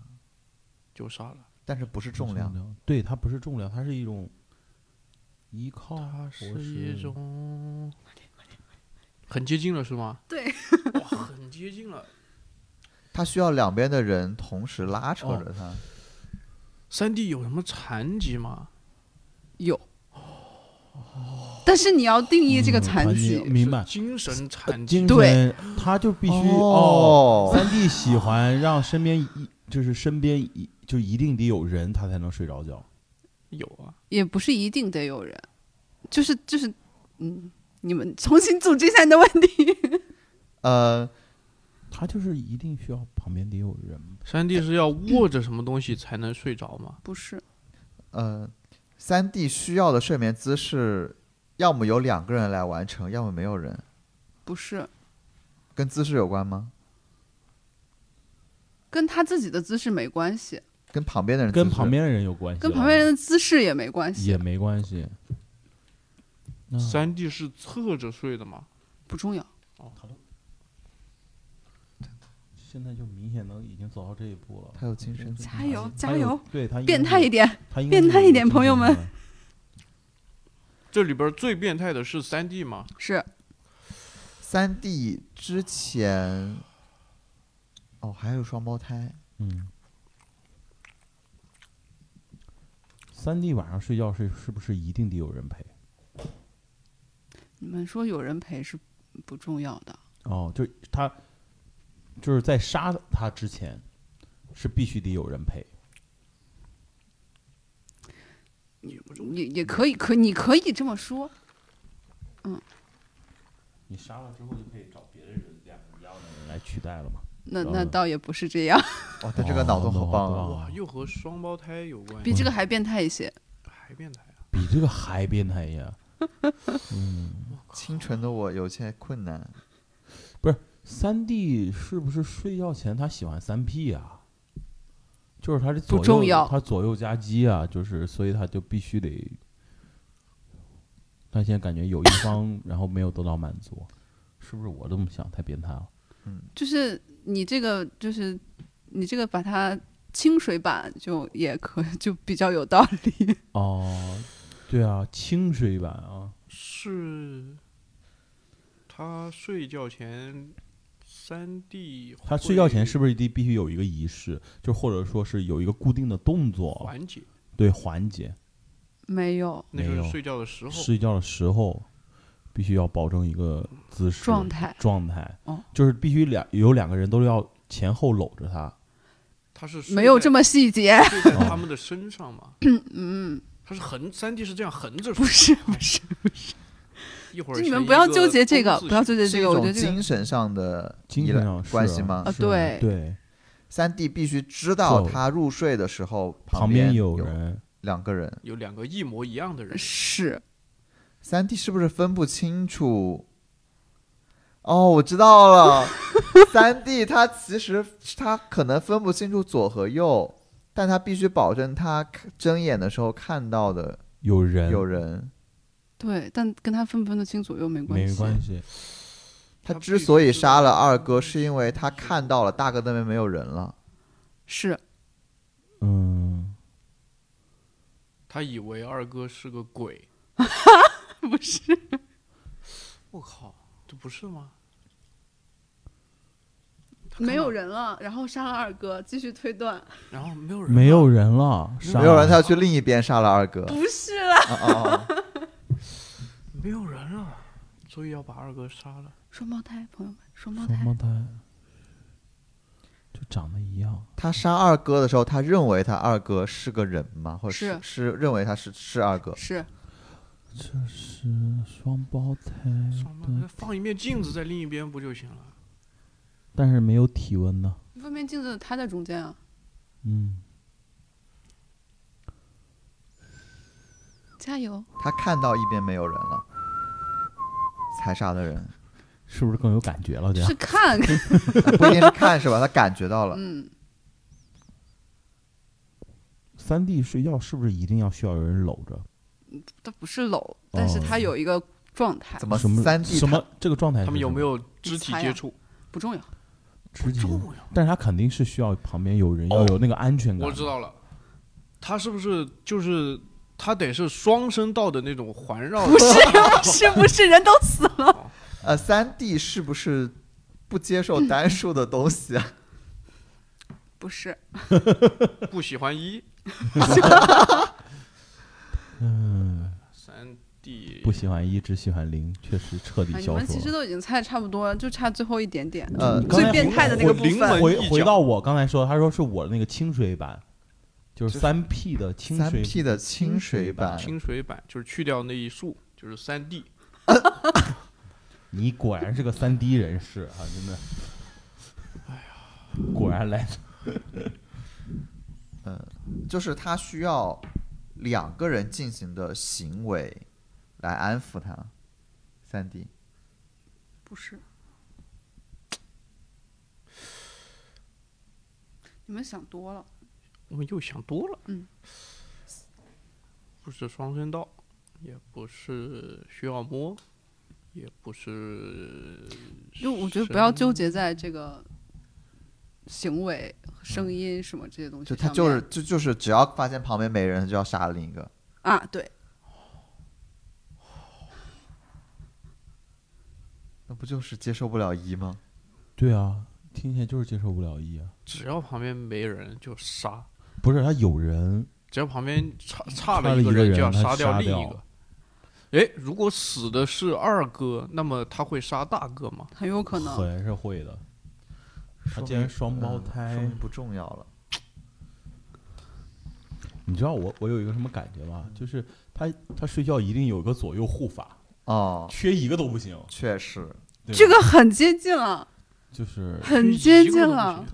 S4: 就杀了。
S3: 但是不是重量，
S5: 对，它不是重量，它是一种依靠，
S4: 它
S5: 或
S4: 啊是一
S5: 是
S4: 种，很接近了是吗？
S1: 对，
S4: 哇，很接近了。
S3: 他需要两边的人同时拉扯着他。
S4: 三弟有什么残疾吗？
S1: 有，但是你要定义这个
S5: 哦嗯
S1: 残
S5: 团
S1: 疾
S5: 结，明白
S4: 是精神残疾
S5: 精
S1: 对
S5: 神，他就必须哦。
S3: 哦，
S5: 三弟喜欢让身边一就是身边一就一定得有人，他才能睡着觉。
S4: 有啊，
S1: 也不是一定得有人，就是就是，嗯，你们重新组织一下你的 问题。
S3: 呃，
S5: 他就是一定需要旁边得有人。
S4: 三弟是要握着什么东西才能睡着吗？
S1: 不是，
S3: 呃，三弟需要的睡眠姿势，要么有两个人来完成，要么没有人，
S1: 不是，
S3: 跟姿势有关吗？
S1: 跟他自己的姿势没关系，
S3: 跟旁边的人姿势，
S5: 跟旁边的人有关系，
S1: 跟旁边人的姿势也没关
S5: 啊也
S1: 系，
S5: 没关系。 那
S4: 三弟是侧着睡的吗？
S1: 不重要。
S5: 嗯现在就明显能已经走到这一步了。
S3: 他有精神，
S1: 加油，
S5: 他
S1: 加
S5: 有嗯
S1: 油，！
S5: 对他应该
S1: 变
S5: 是
S1: 态一，点，
S5: 他应该
S1: 变
S5: 是
S1: 态
S5: 有
S1: 一点
S5: 精
S1: 朋友
S5: 神
S1: 们
S5: 的。
S4: 这里边最变态的是三弟吗？
S1: 是
S3: 三弟之前，哦，还有双胞胎，
S5: 嗯，三弟晚上睡觉是是不是一定得有人陪？
S1: 你们说有人陪是不重要的，
S5: 哦，就是他就是在杀他之前是必须得有人陪。
S1: 也也可以，可你可以这么说，嗯
S5: 你杀了之后就可以找别的人，两个一样的人来取代了嘛？
S1: 那
S5: 嗯
S1: 那倒也不是这样，
S3: 哇，他这个脑洞好棒啊！
S5: 哦
S4: 哇，又和双胞胎有关
S1: 比这个还变态一些。
S4: 还变态啊！
S5: 比这个还变态呀！嗯，
S3: 清纯的我有些困难，
S5: 三弟是不是睡觉前他喜欢三 P 啊？就是他这
S1: 不
S5: 左
S1: 重
S5: 右
S1: 要
S5: 他左右夹击啊，就是所以他就必须得。但现在感觉有一方然后没有得到满足，是不是我这么想太变态了？
S1: 就是你这个就是你这个把它清水版就也可就比较有道理。
S5: 哦，对啊，清水版啊，
S4: 是他睡觉前三 D，
S5: 他睡觉前是不是得必须有一个仪式，就或者说是有一个固定的动作，
S4: 缓解？
S5: 对环节，
S1: 没有
S4: 那
S5: 没
S4: 就
S5: 有
S4: 是睡觉的时候。
S5: 睡觉的时候必须要保证一个姿势
S1: 状态，
S5: 状态，
S1: 哦
S5: 就是必须两有两个人都要前后搂着他，
S4: 他是睡
S1: 没有
S4: 在
S1: 这么细节，
S4: 睡在
S5: 哦
S4: 他们的身上嘛？
S1: 嗯，
S4: 他是横三 D 是这样横着
S1: 不
S4: 睡，
S1: 是不是，
S4: 一会儿
S1: 就你
S4: 是
S1: 们
S4: 一
S1: 不要
S4: 个
S1: 纠结这
S4: 弓
S1: 个，
S4: 字
S1: 不要纠
S4: 形
S1: 结
S3: 是
S1: 这
S3: 一
S1: 个，我觉
S3: 种
S1: 得这个
S3: 精神上的
S5: 精
S3: 依
S5: 神
S3: 赖
S5: 上是
S3: 关
S5: 啊
S3: 系吗
S1: 啊？
S5: 是啊
S1: 对
S5: 对，
S3: 三弟必须知道
S5: 就
S3: 他入睡的时候
S5: 旁
S3: 边
S5: 有
S3: 有
S5: 人，
S3: 两个人。
S4: 有两个一模一样的人，
S1: 是
S3: 三弟是不是分不清楚？哦，我知道了，三弟他其实他可能分不清楚左和右，但他必须保证他看睁眼的时候看到的
S5: 有人
S3: 有人。
S1: 对，但跟他分不分得清左右没关
S5: 没
S1: 系。
S5: 关系，
S3: 他
S4: 他
S3: 之
S4: 必须
S3: 所以
S4: 知
S3: 杀
S4: 道
S3: 了二哥，是因为他看到了大哥那边没有人了。
S1: 是
S5: 嗯，
S4: 他以为二哥是个鬼。
S1: 不是？
S4: 我靠，这不是吗？他看
S1: 没有
S4: 到，
S1: 人了，然后杀了二哥，继续推断，
S4: 然后没有人，
S5: 没有。人了，
S4: 杀
S3: 没有人，他
S5: 他
S3: 要去另一边杀了 二哥。
S1: 不是啦，
S3: 哦哦哦，
S4: 没有人了，所以要把二哥杀了。
S1: 双胞胎朋友们，双胞
S5: 双
S1: 胎
S5: 胞胎就长得一样，
S3: 他杀二哥的时候，他认为他二哥是个人吗？或者
S1: 是
S3: 是是认为他是是二哥？
S1: 是
S5: 这是双胞胎，
S4: 双胞胎放一面镜子在另一边不就行了？
S5: 但是没有体温呢，
S1: 外面镜子，他在中间啊，
S5: 嗯，
S1: 加油！
S3: 他看到一边没有人了，才杀的人。
S5: 是不是更有感觉了？这样
S1: 是看，
S3: 不一定是看 是吧？他感觉到了，
S1: 嗯，
S5: 三弟睡觉是不是一定要需要有人搂着？
S1: 他不是搂，但是他有一个状态
S3: 怎，么
S5: 什么
S3: 三 D
S5: 什么这个状态是什么？
S4: 他们有没有肢体
S1: 猜呀
S4: 接触？
S1: 不重要。
S5: 肢体接触？
S4: 重要。
S5: 但是他肯定是需要旁边有人，
S4: 哦
S5: 要有那个安全感。
S4: 我知，道了，他是不是就是他得是双声道的那种环绕？
S1: 不是是不是人都死了？
S3: 呃三 D 是不是不接受单数的东西啊？
S1: 不是，
S4: 不喜欢一
S5: 嗯，
S4: 三 D
S5: 不喜欢一，只喜欢零，确实彻底
S1: 哎你
S5: 消
S1: 们
S5: 除
S1: 其实
S5: 了。
S1: 都已经猜差不多了，就差最后一点点。
S3: 呃，
S5: 刚才
S1: 最变态的那个部
S4: 我临门
S1: 分，
S4: 一
S5: 回
S4: 脚
S5: 回到我刚才说，他说是我那个清水版，就是
S3: 就是
S5: 三 P 的清
S3: 三
S5: 水
S3: P 的清水版，
S4: 清水版就是去掉那一竖，就是三 D。
S5: 你果然是个三 D 人士啊，真的。哎呀，果然来
S3: 就是他需要两个人进行的行为来安抚他。三 D
S1: 不是。你们想多了，
S4: 我们又想多了。
S1: 嗯，
S4: 不是双声道，也不是需要摸，也不是
S1: 就我觉得不
S3: 啊
S1: 要纠结在这个行为、声音什么这些东西
S3: 嗯就
S1: 上面。
S3: 他就是就就是只要发现旁边没人，他就要杀另一个。
S1: 啊，对，
S3: 那不就是接受不了一吗？
S5: 对啊，听起来就是接受不了一啊。
S4: 只要旁边没人就杀，
S5: 不是他有人，
S4: 只要旁边差差
S5: 差了
S4: 了一个
S5: 一个人
S4: 就要
S5: 他
S4: 杀
S5: 杀
S4: 掉另一
S5: 掉
S4: 个。诶，如果死的是二哥，那么他会杀大哥吗？
S1: 很有可
S5: 可
S1: 能。
S5: 能是会的。他
S3: 说
S5: 既然
S3: 明
S5: 双胞
S3: 嗯
S5: 胎
S3: 说明不重要了。
S5: 你知道我我有一个什么感觉吗？就是他他睡觉一定有个左右护法，
S3: 哦，
S5: 缺一个都不行。
S3: 确实，
S5: 对吧
S1: 这个很接近了，
S5: 就是
S1: 很接
S4: 一个
S1: 近
S4: 都不
S1: 了
S4: 行。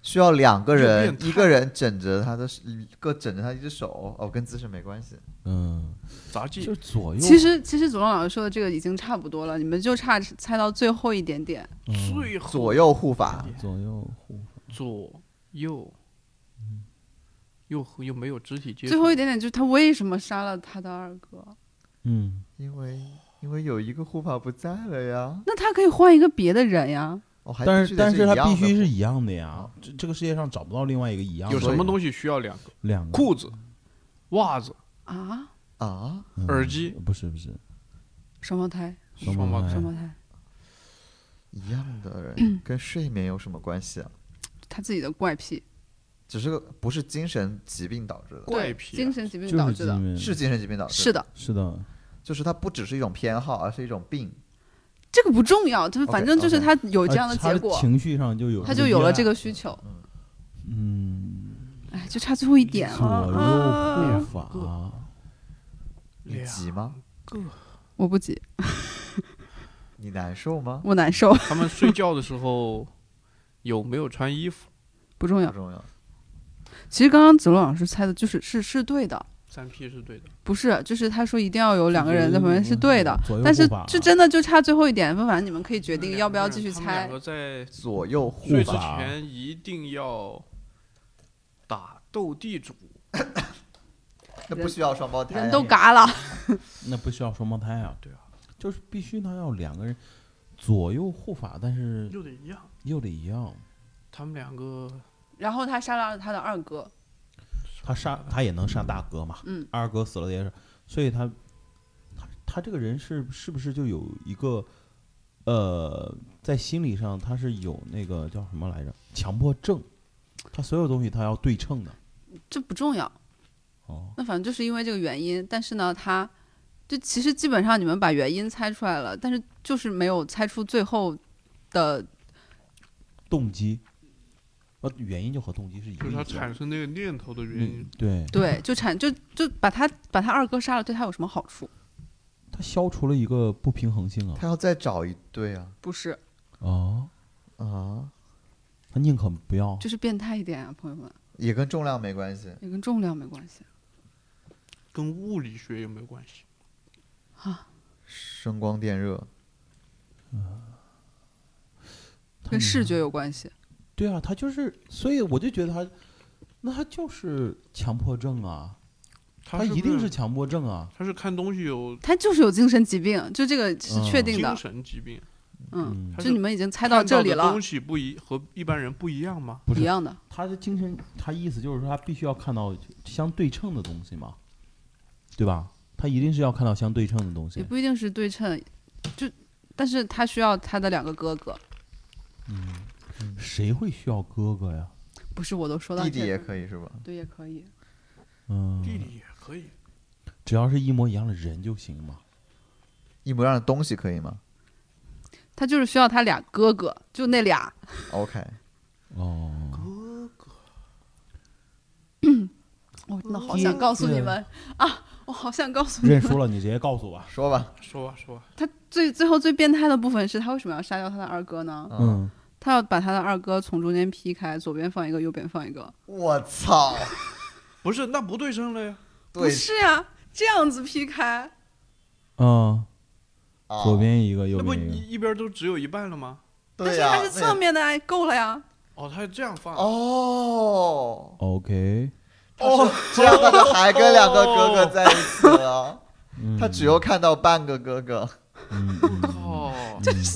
S3: 需要两个人
S4: 有，变态
S3: 一个人枕着他的手，一个枕着他一只手，哦，跟姿势没关系。
S5: 嗯，
S4: 杂技
S5: 就左右
S1: 其实其实左浪老师说的这个已经差不多了，你们就差猜到最后一点点。
S5: 嗯
S4: 最后
S3: 左右护法，
S5: 左右互
S4: 左右，
S5: 嗯
S4: 又和又没有肢体接触，
S1: 最后一点点就是他为什么杀了他的二哥？
S5: 嗯
S3: 因为因为有一个护法不在了呀。
S1: 那他可以换一个别的人呀。
S3: 哦，还
S5: 但
S3: 必
S5: 是
S3: 须得
S5: 但
S3: 是一
S5: 它
S3: 样
S5: 必
S3: 的
S5: 须是
S3: 护
S5: 一样的呀，这这个世界上找不到另外一个一样的。
S4: 有什
S3: 所以
S4: 么东西需要两个？
S5: 两个
S4: 裤子、袜子、
S1: 啊，
S3: 啊，
S5: 嗯
S4: 耳机
S5: 不是不是
S1: 双胞胎，
S5: 双
S4: 双胞
S5: 胞
S4: 胎
S5: 胎
S1: 双胞胎，
S3: 一样的 人跟睡眠有什么关系啊？
S1: 他自己的怪癖，
S3: 只是个不是精神疾病导致的，
S4: 怪
S1: 对，
S4: 癖啊
S1: 精，神疾病
S5: 就
S1: 导
S5: 是
S1: 致的，
S5: 基因
S3: 是精神疾病导致
S1: 是的，
S5: 是的，
S3: 就是它不只是一种偏好，而是一种病。
S1: 这个不重要，就是
S3: OK，
S1: 反正就是他有这样的
S5: 呃他
S1: 结果，
S5: 情绪上就有
S1: 他就有了这
S5: 个
S1: 个需求。
S5: 嗯
S1: 哎，就差最后一点了。
S5: 左右
S1: 啊
S5: 护法，
S3: 你
S4: 两
S3: 急吗？
S4: 个。
S1: 我不急，
S3: 你难受吗？
S1: 我难受，
S4: 他们睡觉的时候有没有穿衣服？
S1: 不重
S3: 不
S1: 要。
S3: 重要。
S1: 其实刚刚子龙老师猜的就是是是对的，
S4: 三 P 是对的，
S1: 不是，就是他说一定要有两个人在旁边是对的，，
S5: 左右
S1: 但是
S5: 护法
S1: 这真的就差最后一点，不然你们可以决
S4: 那
S1: 定
S4: 嗯两
S1: 要不要
S4: 个人
S1: 继续
S4: 他们两
S1: 猜。
S4: 个在
S3: 左右护
S4: 睡之
S3: 法，
S4: 前一定要打斗地主，
S3: 那不需要双胞胎呀、
S1: 人都嘎了，
S5: 那不需要双胞胎啊，
S4: 对啊，
S5: 就是必须他要两个人左右护法，但是
S4: 又得一样。
S5: 又得一样，
S4: 他们两个
S1: 然后他杀了他的二哥，
S5: 他杀他也能杀大哥嘛，
S1: 嗯，
S5: 二哥死了也是，所以他他他这个人是是不是就有一个呃，在心理上他是有那个叫什么来着，强迫症，他所有东西他要对称的
S1: 这不重要。
S5: 哦，
S1: 那反正就是因为这个原因，但是呢，他就其实基本上你们把原因猜出来了，但是就是没有猜出最后的
S5: 动机，呃，原因就和动机是一
S4: 就
S5: 个
S4: 是他
S5: 意思啊
S4: 产生那个念头的原因
S5: 嗯，对，
S1: 对，就产就就把他把他二哥杀了，对他有什么好处？
S5: 他消除了一个不平衡性啊
S3: 他要再找一对啊
S1: 不是，
S5: 哦，
S3: 啊，
S5: 他宁可不要，
S1: 就是变态一点啊，朋友们，
S3: 也跟重量没关系。
S1: 也跟重量没关系。
S4: 跟物理学有没有关系？
S3: 声光电热，
S5: 他
S1: 跟
S5: 宁
S1: 视觉有关系，
S5: 嗯对啊，他就是，所以我就觉得他，那他就是强迫症啊，他
S4: 是不
S5: 一定是强迫症啊。
S4: 他是看东西有
S1: 他就是有精神疾病，就这个是确定的
S4: 精。神疾病，
S1: 嗯，
S5: 嗯
S4: 他
S1: 就是你们已经猜
S4: 看到
S1: 到这里
S4: 的
S1: 了
S4: 东，西不一和一般人不一样吗？
S5: 不
S1: 一
S5: 是
S1: 样的。
S5: 他的精神，他意思就是说他必须要看到相对称的东西嘛，对吧？他一定是要看到相对称的东
S1: 也
S5: 西。
S1: 不一定是对称，就但是他需要他的两个哥哥，
S5: 谁会需要哥哥呀？
S1: 不是我都说到
S3: 弟弟
S1: 这
S3: 也
S1: 儿
S3: 可以是吧？
S1: 对也可以，
S5: 嗯，
S4: 弟弟也可以，
S5: 只要是一模一样的人就行嘛。
S3: 一模一样的东西可以吗
S1: 他就是需要他俩哥哥，就那俩，
S3: ？OK，
S5: 哦，
S4: 哥哥
S1: 我真的哦好想告诉你们啊，我好想告诉你
S5: 认
S1: 们，
S5: 输了，你直接告诉我。
S3: 说吧。
S4: 说吧说吧，
S1: 他最最后最变态的部分是他为什么要杀掉他的二哥呢？
S3: 啊，
S5: 嗯，
S1: 他要把他的二哥从中间劈开，左边放一个，右边放一个。
S3: 我操，
S4: 不是那不对称了呀，
S1: 不
S3: 对，啊
S1: 是呀、这样子劈开，
S5: 嗯，
S3: 啊
S5: 左边一个，右
S4: 那不
S5: 边一个。
S4: 一一边都只有一半了吗？
S1: 啊但
S3: 对
S1: 是
S3: 呀、
S1: 它是侧面的，哎，够了呀。
S4: 哦，他是这样放
S3: 那也。哦
S5: OK，
S3: 哦，这样他就还跟两个哥哥在一起
S1: 哦
S3: 了。他只有看到半个哥哥，
S5: 嗯嗯
S4: 靠！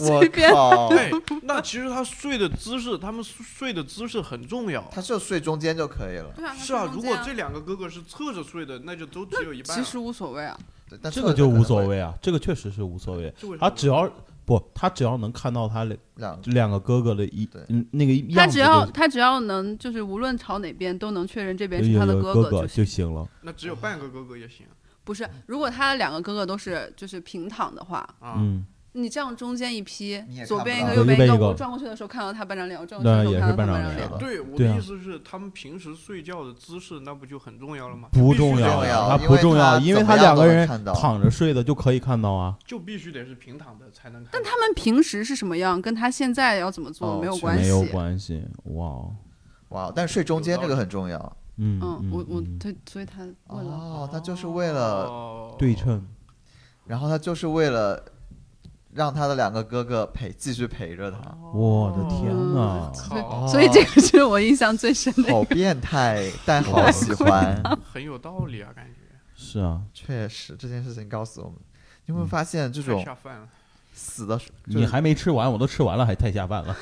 S3: 我靠！
S4: 对，那其实他睡的姿势，他们睡的姿势很重要。
S3: 他就睡中间就可以了，
S1: 对啊，它
S4: 是啊，
S1: 中
S4: 如
S1: 间
S4: 果这两个哥哥是侧着睡的，那就都只有一半
S1: 其
S4: 了。
S1: 实无所谓啊，
S3: 对但
S5: 这
S3: 侧
S5: 个
S3: 着
S5: 就
S3: 可能
S5: 无所
S3: 会。
S5: 谓啊，这个确实是无所谓。
S4: 这为什么
S5: 他啊只要不，他只要能看到他两
S3: 两
S5: 两个哥哥的一
S3: 对
S5: 嗯那个样
S1: 他
S5: 子
S1: 只
S5: 就，
S1: 要他只要能就是无论朝哪边都能确认这边
S5: 有
S1: 是他的
S5: 有
S1: 哥
S5: 哥
S1: 就行。
S5: 就行了。
S4: 那只有半个哥哥也行
S1: 不是，如果他的两个哥哥都是就是平躺的话，
S4: 啊。
S5: 嗯，
S1: 你这样中间一劈
S3: 你也，看
S1: 左边一
S3: 不
S1: 个
S3: 到
S1: 右
S5: 右边
S1: 一
S5: 一个
S1: 我转过去的时候看到他半张脸，我转过
S5: 那
S1: 去的
S5: 也
S1: 时
S5: 是
S1: 候看到他
S5: 半张
S1: 张
S5: 脸
S1: 脸
S3: 是。吧
S4: 对，我
S5: 对
S4: 的
S5: 啊
S4: 意思是，他们平时睡觉的姿势，那不就很重要了吗？
S5: 不
S4: 必须
S5: 重
S4: 得
S5: 要
S3: 重
S5: 呀，
S3: 要因
S5: 不
S3: 为
S5: 重
S3: 他
S5: 要，因为
S3: 怎么
S5: 他
S3: 样
S5: 两
S3: 都
S5: 个
S3: 能
S5: 人
S3: 看到
S5: 躺着睡的就可以看到啊。
S4: 就必须得是平躺的才能看。
S1: 但他们平时是什么样，跟他现在要怎么做
S3: 哦
S1: 没有
S3: 是
S1: 关
S5: 没
S1: 系。
S5: 有关系，哇哦，
S3: 哇，但是睡中间这个很重要
S5: 嗯
S1: 嗯，我我
S5: 嗯
S1: 对，所以他为了
S3: 哦，他就是为了，
S4: 哦
S5: 对称，
S3: 然后他就是为了让他的两个哥哥陪继续陪着他，
S5: 我
S1: 哦
S5: 的天呐，
S4: 哦
S5: 啊
S4: 靠，
S1: 所以这个是我印象最深的。
S3: 好变态，但好喜欢，
S4: 很有道理啊，感觉
S5: 是啊，
S3: 确实这件事情告诉我们，你有没有发现这种
S4: 太下饭了。
S3: 死的，就
S5: 你
S3: 是
S5: 还没吃完，我都吃完了，还太下饭了。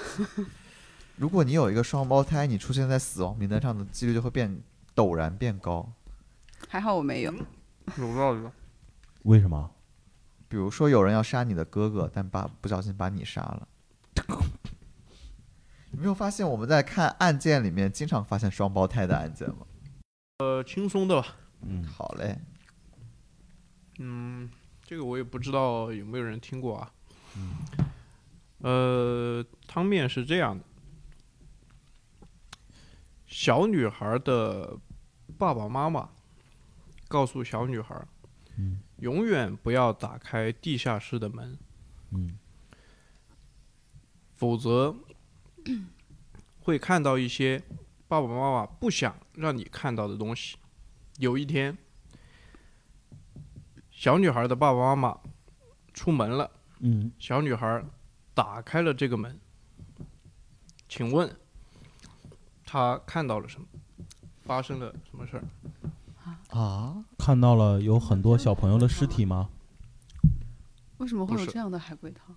S3: 如果你有一个双胞胎，你出现在死亡名单上的几率就会变陡然变高。
S1: 还好我没
S4: 嗯
S1: 有，
S4: 有道理吧？
S5: 为什么？
S3: 比如说有人要杀你的哥哥，但把不小心把你杀了。你没有发现我们在看案件里面经常发现双胞胎的案件吗？
S4: 呃，轻松的吧。
S5: 嗯，
S3: 好嘞，
S4: 嗯，这个我也不知道有没有人听过啊。
S5: 嗯
S4: 呃，汤面是这样的：小女孩的爸爸妈妈告诉小女孩，
S5: 嗯
S4: 永远不要打开地下室的门，
S5: 嗯
S4: 否则会看到一些爸爸妈妈不想让你看到的东西。有一天，小女孩的爸爸妈妈出门了，
S5: 嗯，
S4: 小女孩打开了这个门。请问，她看到了什么？发生了什么事儿？
S3: 啊，
S5: 看到了有很多小朋友的尸体吗？
S1: 为什么会
S4: 不
S1: 有
S4: 是
S1: 这样的海龟汤？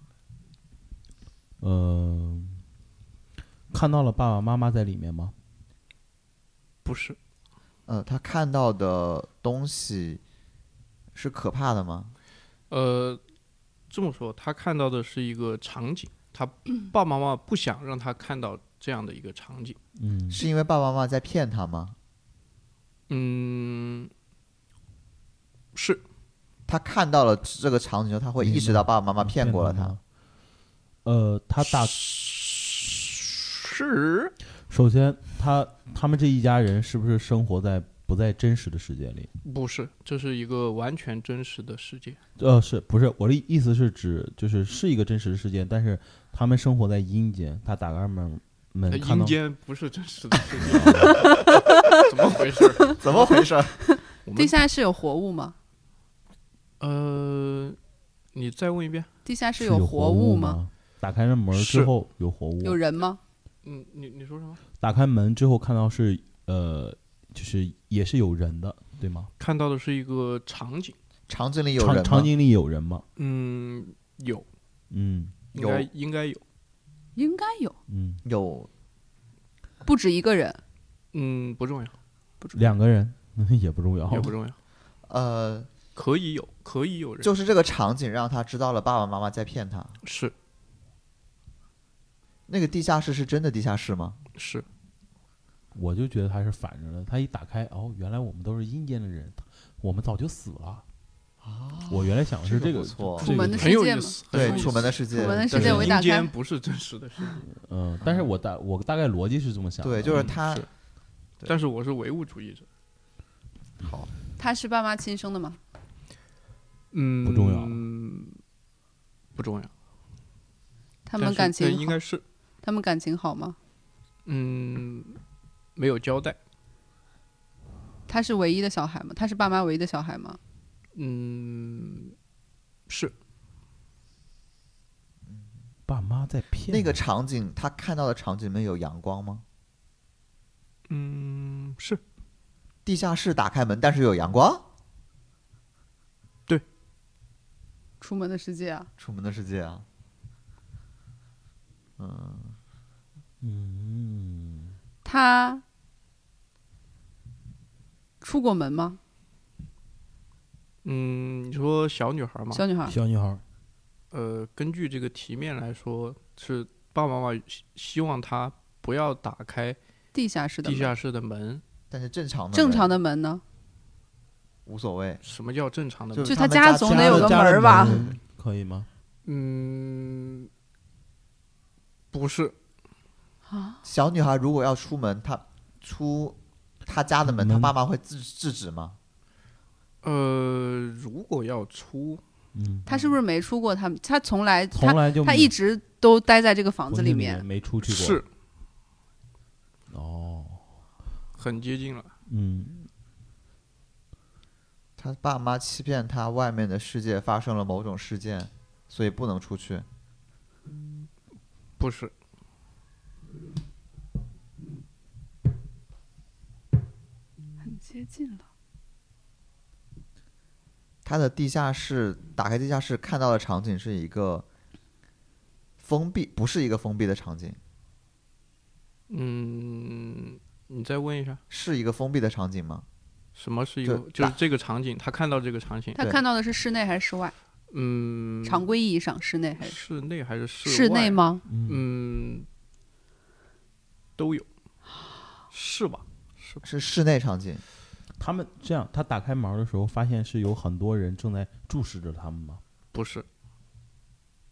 S5: 呃，看到了爸爸妈妈在里面吗？
S4: 不是，
S3: 呃，他看到的东西是可怕的吗？
S4: 呃，这么说，她看到的是一个场景，她爸爸妈妈不想让她看到这样的一个场景。
S5: 嗯，
S3: 是因为爸爸妈妈在骗他吗？
S4: 嗯，是
S3: 他看到了这个场景之后，他会意识到爸爸妈妈骗过了他。。
S5: 呃，他大
S4: 是
S5: 首先，他他们这一家人是不是生活在不在真实的世界里？
S4: 不是？这是一个完全真实的世界。
S5: 呃，是不是我的意思是指就是是一个真实的世界，但是他们生活在阴间。他打开门门
S4: 那
S5: 看
S4: 呃
S5: 到
S4: 阴间不是真实的世 界，怎么回事儿？
S3: 怎么回事？
S4: 我
S1: 地
S4: 们
S1: 下室有活物吗？
S4: 呃，你再问一遍。
S1: 地下室
S5: 是
S1: 有
S5: 活
S1: 活物吗？
S5: 吗？打开了门之
S4: 是
S5: 后有活物，
S1: 有人吗？
S4: 嗯，你你说什么？
S5: 打开门之后看到是呃，就是也是有人的，对吗？
S4: 看到的是一个场景。
S3: 场景里有人吗？
S5: 场场景里有人吗？
S4: 嗯，有，
S5: 嗯
S4: 应
S3: 有
S4: 该应该有。
S1: 应该有，
S5: 嗯，
S3: 有
S1: 不止一个人。
S4: 嗯，不重要，
S5: 两个人 也不重要，
S4: 也不重要，
S3: 呃，
S4: 可以有，可以有人。
S3: 就是这个场景让他知道了爸爸妈妈在骗他。
S4: 是
S3: 那个地下室是真的地下室吗？
S4: 是，
S5: 我就觉得他是反着的。他一打开，哦，原来我们都是阴间的人，我们早就死了。
S4: 哦
S5: 我原来想的是
S3: 这个
S5: 个
S3: 不错
S5: 这
S1: 楚门的
S4: 很有
S1: 世界
S4: 意
S1: 嘛
S4: 思。很
S3: 对，
S4: 有意
S3: 《
S4: 思
S3: 楚门的世界》
S1: 楚门的世
S4: 但
S1: 界
S4: 是
S1: 我一
S4: 阴
S1: 打
S4: 间
S1: 开
S4: 不是真实的世界。
S5: 嗯，但是我大我大概逻辑是这么想的，啊
S3: 对，就是
S4: 嗯
S3: 他
S4: 是
S3: 对
S4: 但是我是唯物主义者，
S1: 他是爸妈亲生的吗？
S4: 嗯，
S5: 不重要
S4: 不重要。
S1: 他
S4: 但
S1: 们
S4: 是
S1: 感
S4: 但
S1: 情
S4: 应
S1: 好
S4: 该是，
S1: 他们感情好吗？
S4: 嗯，没有交代，
S1: 他是唯一的小孩吗？他是爸妈唯一的小孩吗？
S4: 嗯，是
S5: 爸妈在骗
S3: 那个
S5: 我
S3: 场景，他看到的场景里面有阳光吗？
S4: 嗯是
S3: 地下室打开门，但是有阳光。
S1: 楚门的世界啊，
S3: 楚门的世界啊，
S5: 嗯，
S1: 他出过门吗？
S4: 嗯，你说小女孩嘛，
S1: 小女孩
S5: 小女孩儿
S4: 呃，根据这个题面来说，是爸爸妈妈希希望她不要打开
S1: 地下室的
S4: 地
S1: 门
S4: 下室的门。
S3: 但是正常的
S1: 正常
S3: 的
S1: 的门呢？
S3: 无所谓，
S4: 什么叫正常的
S3: 就
S4: 门？
S3: 是
S1: 就
S3: 他
S1: 他
S3: 们家
S1: 总
S3: 家
S1: 得
S3: 的
S1: 有个
S5: 家
S1: 门
S5: 的
S1: 儿吧？
S5: 门可以吗？
S4: 嗯，不是，
S3: 小女孩如果要出门，她出她家的门，她
S5: 门
S3: 爸妈会制制止吗？
S4: 呃，如果要出，
S5: 嗯，
S1: 他是不是没出过他们？他从来
S5: 从
S1: 他
S5: 来就
S1: 他
S5: 没
S1: 一直都待在这个房
S5: 房
S1: 子
S5: 里
S1: 面。
S5: 没出去过，
S4: 是
S5: 哦，
S4: 很接近了。
S5: 嗯，
S3: 他爸妈欺骗他，外面的世界发生了某种事件，所以不能出去。
S4: 不是，
S1: 很接近了。
S3: 他的地下室打开地下室看到的场景是一个封闭，不是一个封闭的场景，
S4: 嗯，你再问一下，
S3: 是一个封闭的场景吗？
S4: 什么是一个
S3: 就？
S4: 就
S3: 打
S4: 是这个场景，他看到这个场景，
S1: 他
S3: 对
S1: 看到的是室内还是室外？
S4: 嗯，
S1: 常规意义上室内还是
S4: 室内还是室
S1: 室
S4: 外
S1: 内？吗？
S4: 嗯，都有，
S1: 啊
S4: 是吧？是吧
S3: 是室内场景，
S5: 他们这样，他打开门的时候，发现是有很多人正在注视着他们吗？
S4: 不是？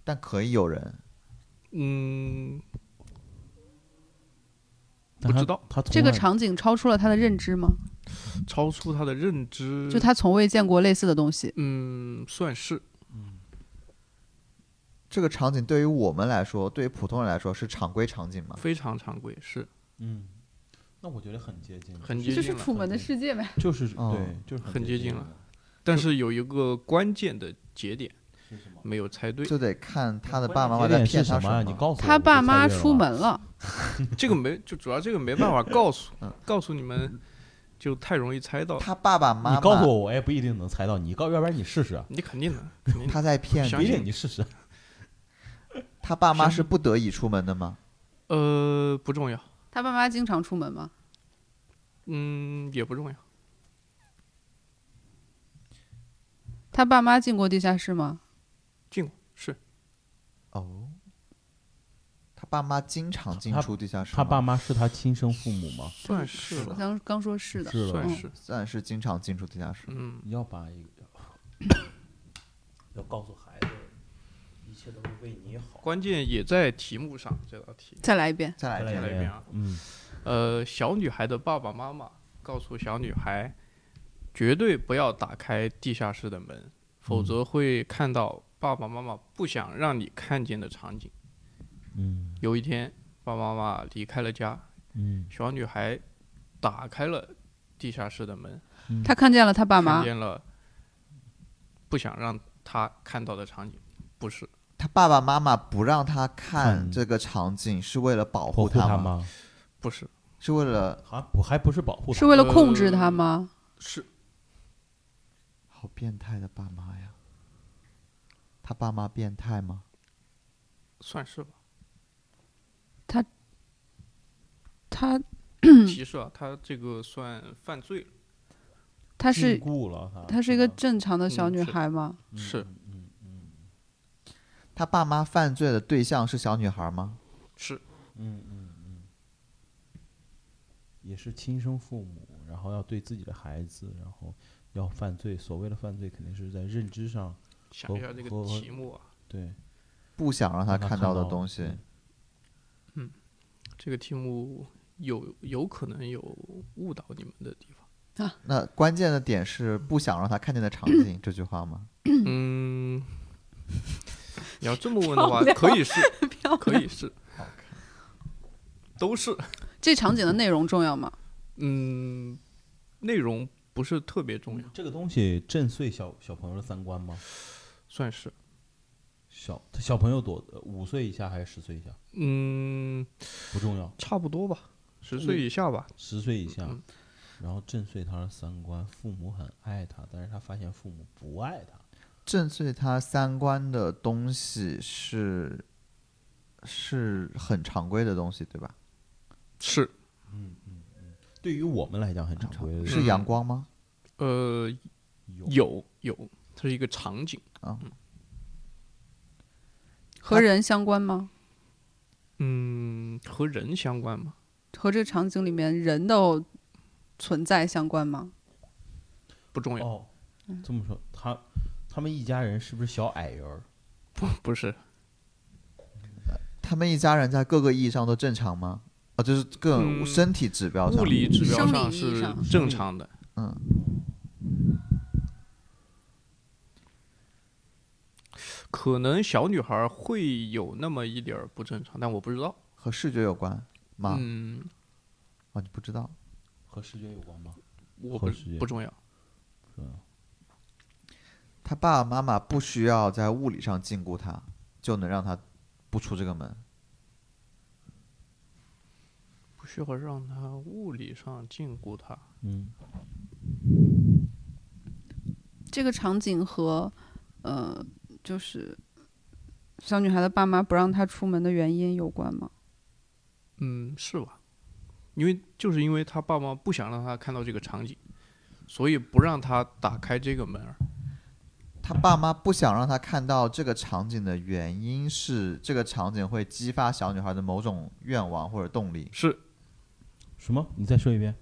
S3: 但可以有人。
S4: 嗯，
S5: 但
S4: 不
S5: 他
S4: 知道
S5: 他从
S1: 这个
S5: 来
S1: 场景超出了他的认知吗？
S4: 超出他的认知，
S1: 就他从未见过类似的东西。
S4: 嗯，算是
S3: 这个场景对于我们来说，对于普通人来说是常规场
S1: 啊
S3: 景吗？
S4: 非常常规，是
S5: 嗯，那我觉得很接近了，
S4: 很
S1: 这
S4: 接
S1: 就是
S4: 近
S1: 《
S4: 了。
S1: 楚门的世界》呗。
S5: 就是
S3: 哦
S5: 对，就是
S4: 很接近
S5: 了
S4: 了。但是有一个关键的节点
S5: 是什么？
S4: 没有猜对，
S3: 就得看他的
S5: 关
S3: 爸爸妈
S5: 键
S3: 妈
S5: 节
S3: 在
S5: 点
S3: 骗
S5: 是
S3: 他
S5: 什么啊？你告诉 我，
S1: 他
S5: 我就
S1: 爸
S5: 猜
S1: 妈
S5: 对了
S1: 出
S5: 吧
S1: 门了，
S4: 这个没就主要这个没办法告诉
S3: 嗯
S4: 告诉你们，就太容易猜
S1: 嗯
S4: 到了。
S3: 他爸爸妈妈，
S5: 你告诉我，我也不一定能猜到。你告，要不然你试试啊，
S4: 你 肯定的，肯定的
S3: 他在骗
S4: 相
S5: 不一
S4: 信
S3: 你，
S5: 定你试试。
S3: 他爸妈是不得已出门的吗？
S4: 呃，不重要，
S1: 他爸妈经常出门吗？
S4: 嗯，也不重要，
S1: 他爸妈进过地下室吗？
S4: 进过是
S3: 哦，他爸妈经常进
S5: 他
S3: 出地下室
S5: 他
S3: 吗
S5: 爸妈是他亲生父母吗？
S4: 算是
S1: 我
S4: 吧，
S1: 刚刚说是的，
S5: 是的
S4: 算
S1: 嗯
S4: 是，
S3: 自然是经常进出地下室。
S4: 嗯，
S5: 要把一个要告诉孩子，一切都是为你好。
S4: 关键也在题目上这道题。
S1: 再来一遍。
S3: 再来一
S5: 再
S3: 遍
S4: 来，一遍啊
S5: 嗯，
S4: 呃，小女孩的爸爸妈妈告诉小女孩，绝对不要打开地下室的门，否则会看到爸爸妈妈不想让你看见的场景。
S5: 嗯
S4: 有一天，爸爸妈妈离开了家，
S5: 嗯
S4: 小女孩打开了地下室的门，
S1: 他看见了他爸
S4: 看
S1: 妈，
S4: 见了不想让她看到的场景，不是。
S3: 他爸爸妈妈不让他看
S5: 看
S3: 这个场景，是为了保
S5: 保
S3: 护
S5: 护他
S3: 吗？
S5: 吗？
S4: 不是，
S3: 是为了
S5: 还不还不是保护他
S1: 是为了控制他吗？
S4: 是
S3: 好变态的爸妈呀！他爸妈变态吗？
S4: 算是吧。
S1: 他
S4: 提示啊，他这个算犯罪了。
S1: 他
S5: 禁
S1: 是
S5: 锢了他，
S1: 他是一个
S5: 吧
S1: 正常的小
S4: 嗯
S1: 女
S4: 是
S1: 孩吗？
S4: 是
S3: 他爸妈犯罪的对象是小女孩吗？
S4: 是，
S5: 嗯也是亲生父母，然后要对自己的孩子，然后要犯罪。所谓的犯罪，肯定是在认知上
S4: 想一下这个
S5: 和和
S4: 题目啊，
S5: 对
S3: 不想让他
S5: 让他
S3: 看
S5: 看
S3: 到的
S5: 到
S3: 东西
S5: 嗯，
S4: 这个题目有有可能有误导你们的地方。
S3: 那关键的点是不想让他看见的场景 这句话吗？
S4: 嗯， 你要这么问的话
S1: 漂，亮
S4: 可以是，
S1: 漂
S4: 可以是，都是。
S1: 这场景的内容重要吗？
S4: 嗯，内容不是特别重要，
S5: 这个东西震碎小小朋友的三观吗？
S4: 算是。
S5: 小小朋友多呃五岁以下还是十岁以下
S4: 嗯，
S5: 不重要，
S4: 差不多吧，十岁以下吧。
S5: 十岁以下
S4: 嗯，
S5: 然后震碎他的三观。父母很爱他，但是他发现父母不爱他。
S3: 震碎他三观的东西是是很常规的东西，对吧？
S4: 是，
S5: 对于我们来讲很常嗯规的，
S3: 是阳光吗？
S4: 呃，
S5: 有
S4: 有有，它是一个场景。
S3: 啊，
S1: 和人相关吗？
S4: 嗯，和人相关吗？
S1: 和这个场景里面人的存在相关吗？
S4: 不重要，
S5: 哦，
S3: 嗯
S5: 这么说，他他们一家人是不是小矮人儿？
S4: 不不是。
S3: 他们一家人在各个意义上都正常吗？啊，就是各种
S4: 嗯
S3: 身体指标上，
S4: 物理指标
S1: 生理
S4: 上
S1: 意义
S4: 是
S1: 上
S4: 正常的，
S3: 嗯，
S4: 可能小女孩会有那么一点儿不正常，但我不知道。
S3: 啊和视觉有关吗？啊
S4: 嗯，
S3: 哦，你不知道，
S5: 和视觉有关吗？
S4: 我
S5: 后
S4: 不
S5: 世界
S4: 不重要，
S5: 是吧？
S3: 他爸爸妈妈不需要在物理上禁锢他，就能让他不出这个门。
S4: 不需要让他物理上禁锢他。
S5: 嗯，
S1: 这个场景和呃，就是小女孩的爸妈不让她出门的原因有关吗？
S4: 嗯，是吧？因为就是因为他爸妈不想让他看到这个场景，所以不让他打开这个门儿。
S3: 他爸妈不想让他看到这个场景的原因是，这个场景会激发小女孩的某种愿望或者动力。
S4: 是
S5: 什么？你再说一遍。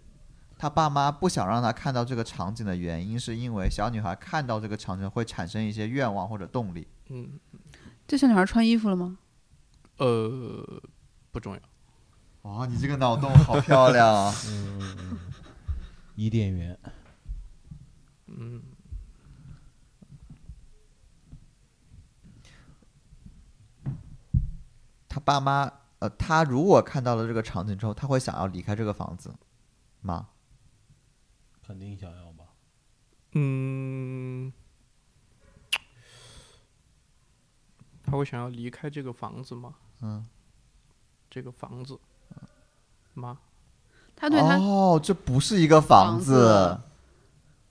S3: 他爸妈不想让他看到这个场景的原因，是因为小女孩看到这个场景会产生一些愿望或者动力。
S1: 这小女孩穿衣服了吗？
S4: 呃，不重要。
S3: 哦，你这个脑洞好漂亮啊！
S5: 伊甸园，
S3: 他爸妈，呃，他如果看到了这个场景之后，他会想要离开这个房子吗？
S5: 肯定想要吧？
S4: 嗯，他会想要离开这个房子吗？
S3: 嗯，
S4: 这个房子吗？
S1: 她啊对她，
S3: 哦，这不是一个房
S1: 房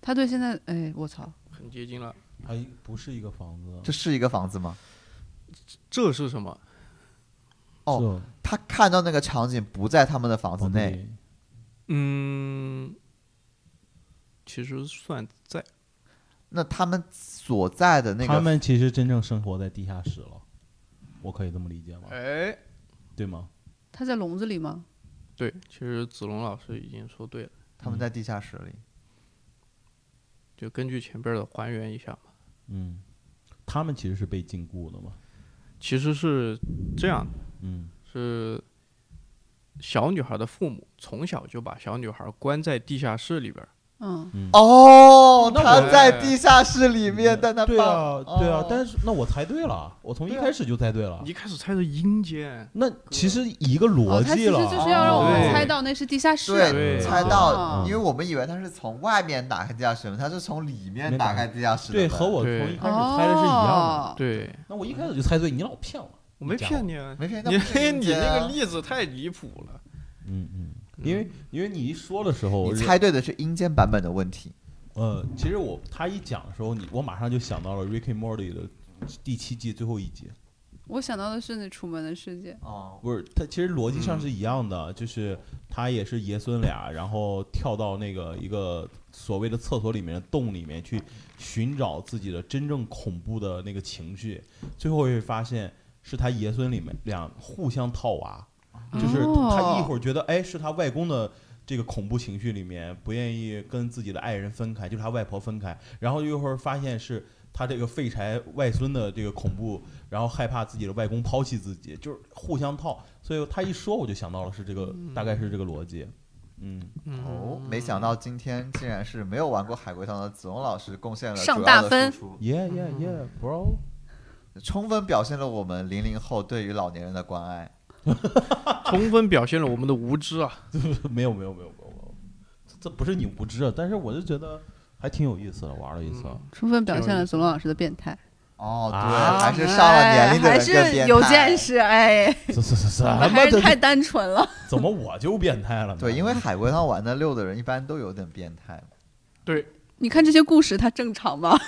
S1: 她对现在，哎，我操，
S4: 很接近了。
S5: 它不是一个房子，
S3: 这是一个房子吗？
S4: 这是什么？
S3: 哦
S5: 是
S3: 他看到那个场景不在他们的房子
S5: 房子
S3: 内，
S5: 里
S4: 嗯，其实算在
S3: 那他们所在的那
S5: 他
S3: 个
S5: 们其实真正生活在地下室了，我可以这么理解
S3: 呃
S5: 吗？
S4: 哎，
S5: 对吗？
S1: 她在笼子里吗？
S4: 对，其实子龙老师已经说对了，
S3: 他们在地下室里，
S4: 就根据前边儿的还原一下嘛。
S5: 嗯，他们其实是被禁锢的嘛。
S4: 其实是这样的，
S5: 嗯
S4: 是小女孩的父母从小就把小女孩关在地下室里边儿，
S1: 嗯，
S5: 嗯。
S3: 哦，
S5: 那
S3: 他
S5: 我
S3: 在地下室里面，
S5: 嗯
S3: 但他
S5: 对
S3: 爸
S5: 啊，对啊
S3: 哦，
S5: 但是那我猜对了，我从一
S3: 对啊
S5: 开始就猜对了
S4: 一。开始猜的阴间，
S5: 那其实一个
S1: 哦，
S5: 逻
S1: 她其
S5: 辑
S1: 实
S5: 了，
S1: 就是要让我们
S4: 对
S1: 猜到那是地下室。
S4: 对
S3: 猜
S1: 哦
S3: 到，因为我们以为他是从外面打开地下室门，他是从里面打开地下室的
S5: 对，
S3: 门。
S5: 和我从
S4: 对
S5: 一开始猜的是一样的。
S1: 哦
S4: 对
S5: 那我一开始就猜对，你老骗我。
S4: 我没
S5: 家
S4: 骗
S5: 伙
S4: 你啊，
S3: 没骗
S4: 你
S3: 那不 是阴
S4: 你
S3: 间
S4: 那个
S3: 啊
S4: 例子太离谱了，
S5: 嗯嗯，因为因为你一说的时候，我
S3: 你
S5: 就
S3: 猜对的是阴间版本的问题。
S5: 呃，其实我他一讲的时候，你我马上就想到了《Rick and Morty》的第七季最后一集。
S1: 我想到的是那《楚门的世界》，
S3: 哦，
S5: 不是，它其实逻辑上是一样的，就是他也是爷孙俩，然后跳到那个一个所谓的厕所里面的洞里面去寻找自己的真正恐怖的那个情绪，最后会发现是他爷孙里面俩互相套娃，就是
S1: 哦
S5: 他一会儿觉得哎是他外公的。这个恐怖情绪里面，不愿意跟自己的爱人分开，就是他外婆分开，然后一会儿发现是他这个废柴外孙的这个恐怖，然后害怕自己的外公抛弃自己，就是互相套。所以他一说我就想到了是这个，大概是这个逻辑。嗯，
S3: 哦，没想到今天竟然是没有玩过海龟汤的子龙老师贡献了
S1: 上
S3: 主要
S1: 大
S3: 的
S1: 分
S3: 输出
S5: yeah yeah yeah bro，
S3: 充分表现了我们零零后对于老年人的关爱。
S4: 充分表现了我们的无知啊。
S5: 没有没有没有没有没有，这这不是你无知啊，但是我就觉得还挺有意思的，玩
S4: 嗯
S5: 了一次。
S1: 充分表现了子龙老师的变态，
S3: 哦，对，
S5: 啊
S3: 还是上了年龄的
S1: 哎还
S3: 人更
S1: 是
S3: 变
S1: 有
S3: 态
S1: 见识，哎，
S5: 这这这什么
S1: 还是
S5: 这
S1: 太单纯了。
S5: 怎么我就变态了呢？
S3: 对，因为海龟汤玩的溜的人一般都有点变态。
S4: 对，
S1: 你看这些故事，它正常吗？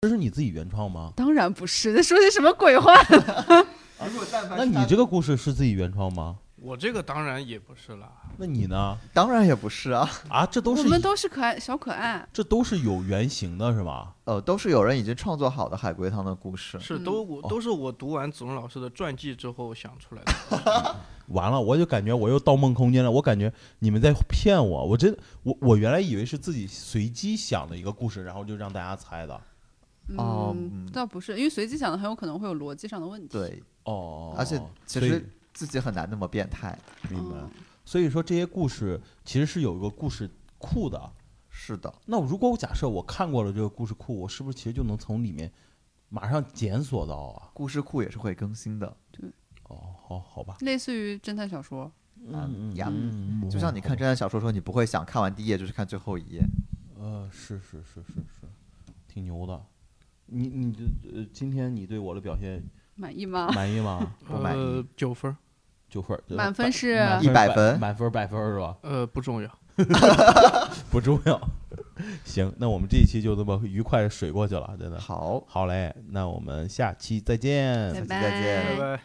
S5: 这是你自己原创吗？
S1: 当然不是， 在说些什么鬼话？哦
S3: 如果但凡
S5: 那
S3: 是
S5: 你
S3: 他
S5: 这个故事是自己原创吗？
S4: 我这个当然也不是啦，
S5: 那你呢？
S3: 当然也不是啊，
S5: 啊，这都
S1: 我
S5: 是
S1: 们都是可爱小可爱，
S5: 这都是有原型的是吧？
S3: 呃，都是有人已经创作好的海龟汤的故事。
S4: 是
S1: 嗯
S4: 都
S3: 哦
S4: 我都是我读完子龙老师的传记之后想出来的。
S5: 完了，我就感觉我又盗梦空间了。我感觉你们在骗我，我真我我原来以为是自己随机想的一个故事，然后就让大家猜的。
S3: 哦
S1: 嗯
S3: 嗯，
S1: 倒不是，因为随机想的很有可能会有逻辑上的问题。，
S3: 对，
S5: 哦
S3: 而且其
S5: 所以
S3: 实嗯自己很难那么变态。
S5: 明
S1: 嗯
S5: 白。所以说这些故事其实是有一个故事库的。
S3: 是的，
S5: 那如果我假设我看过了这个故事库，我是不是其实就能从里面马上检索到啊？
S3: 故事库也是会更新的。
S5: 哦，好好吧，
S1: 类似于侦探小说，
S3: 嗯
S5: 嗯
S3: 呀，
S5: 嗯，
S3: 就像你看侦探小说的时候，你不会想看完第一页就是看最后一页。
S5: 呃，是是是是是，挺牛的。你你这呃，今天你对我的表 现
S1: 满意吗？
S5: 满意吗？
S3: 不满意
S4: 呃，九分儿，
S5: 九分儿，呃
S1: 满分
S5: 百
S1: 是
S5: 满
S3: 100
S5: 百
S3: 分
S5: 满分儿百分儿是吧？
S4: 呃，不重要。
S5: 不重要。 行，那我们这一期就这么愉快地水过去了，真的。
S3: 好，
S5: 嗯好嘞，那我们下期再见。
S1: 拜
S3: 再见
S1: 拜
S4: 拜。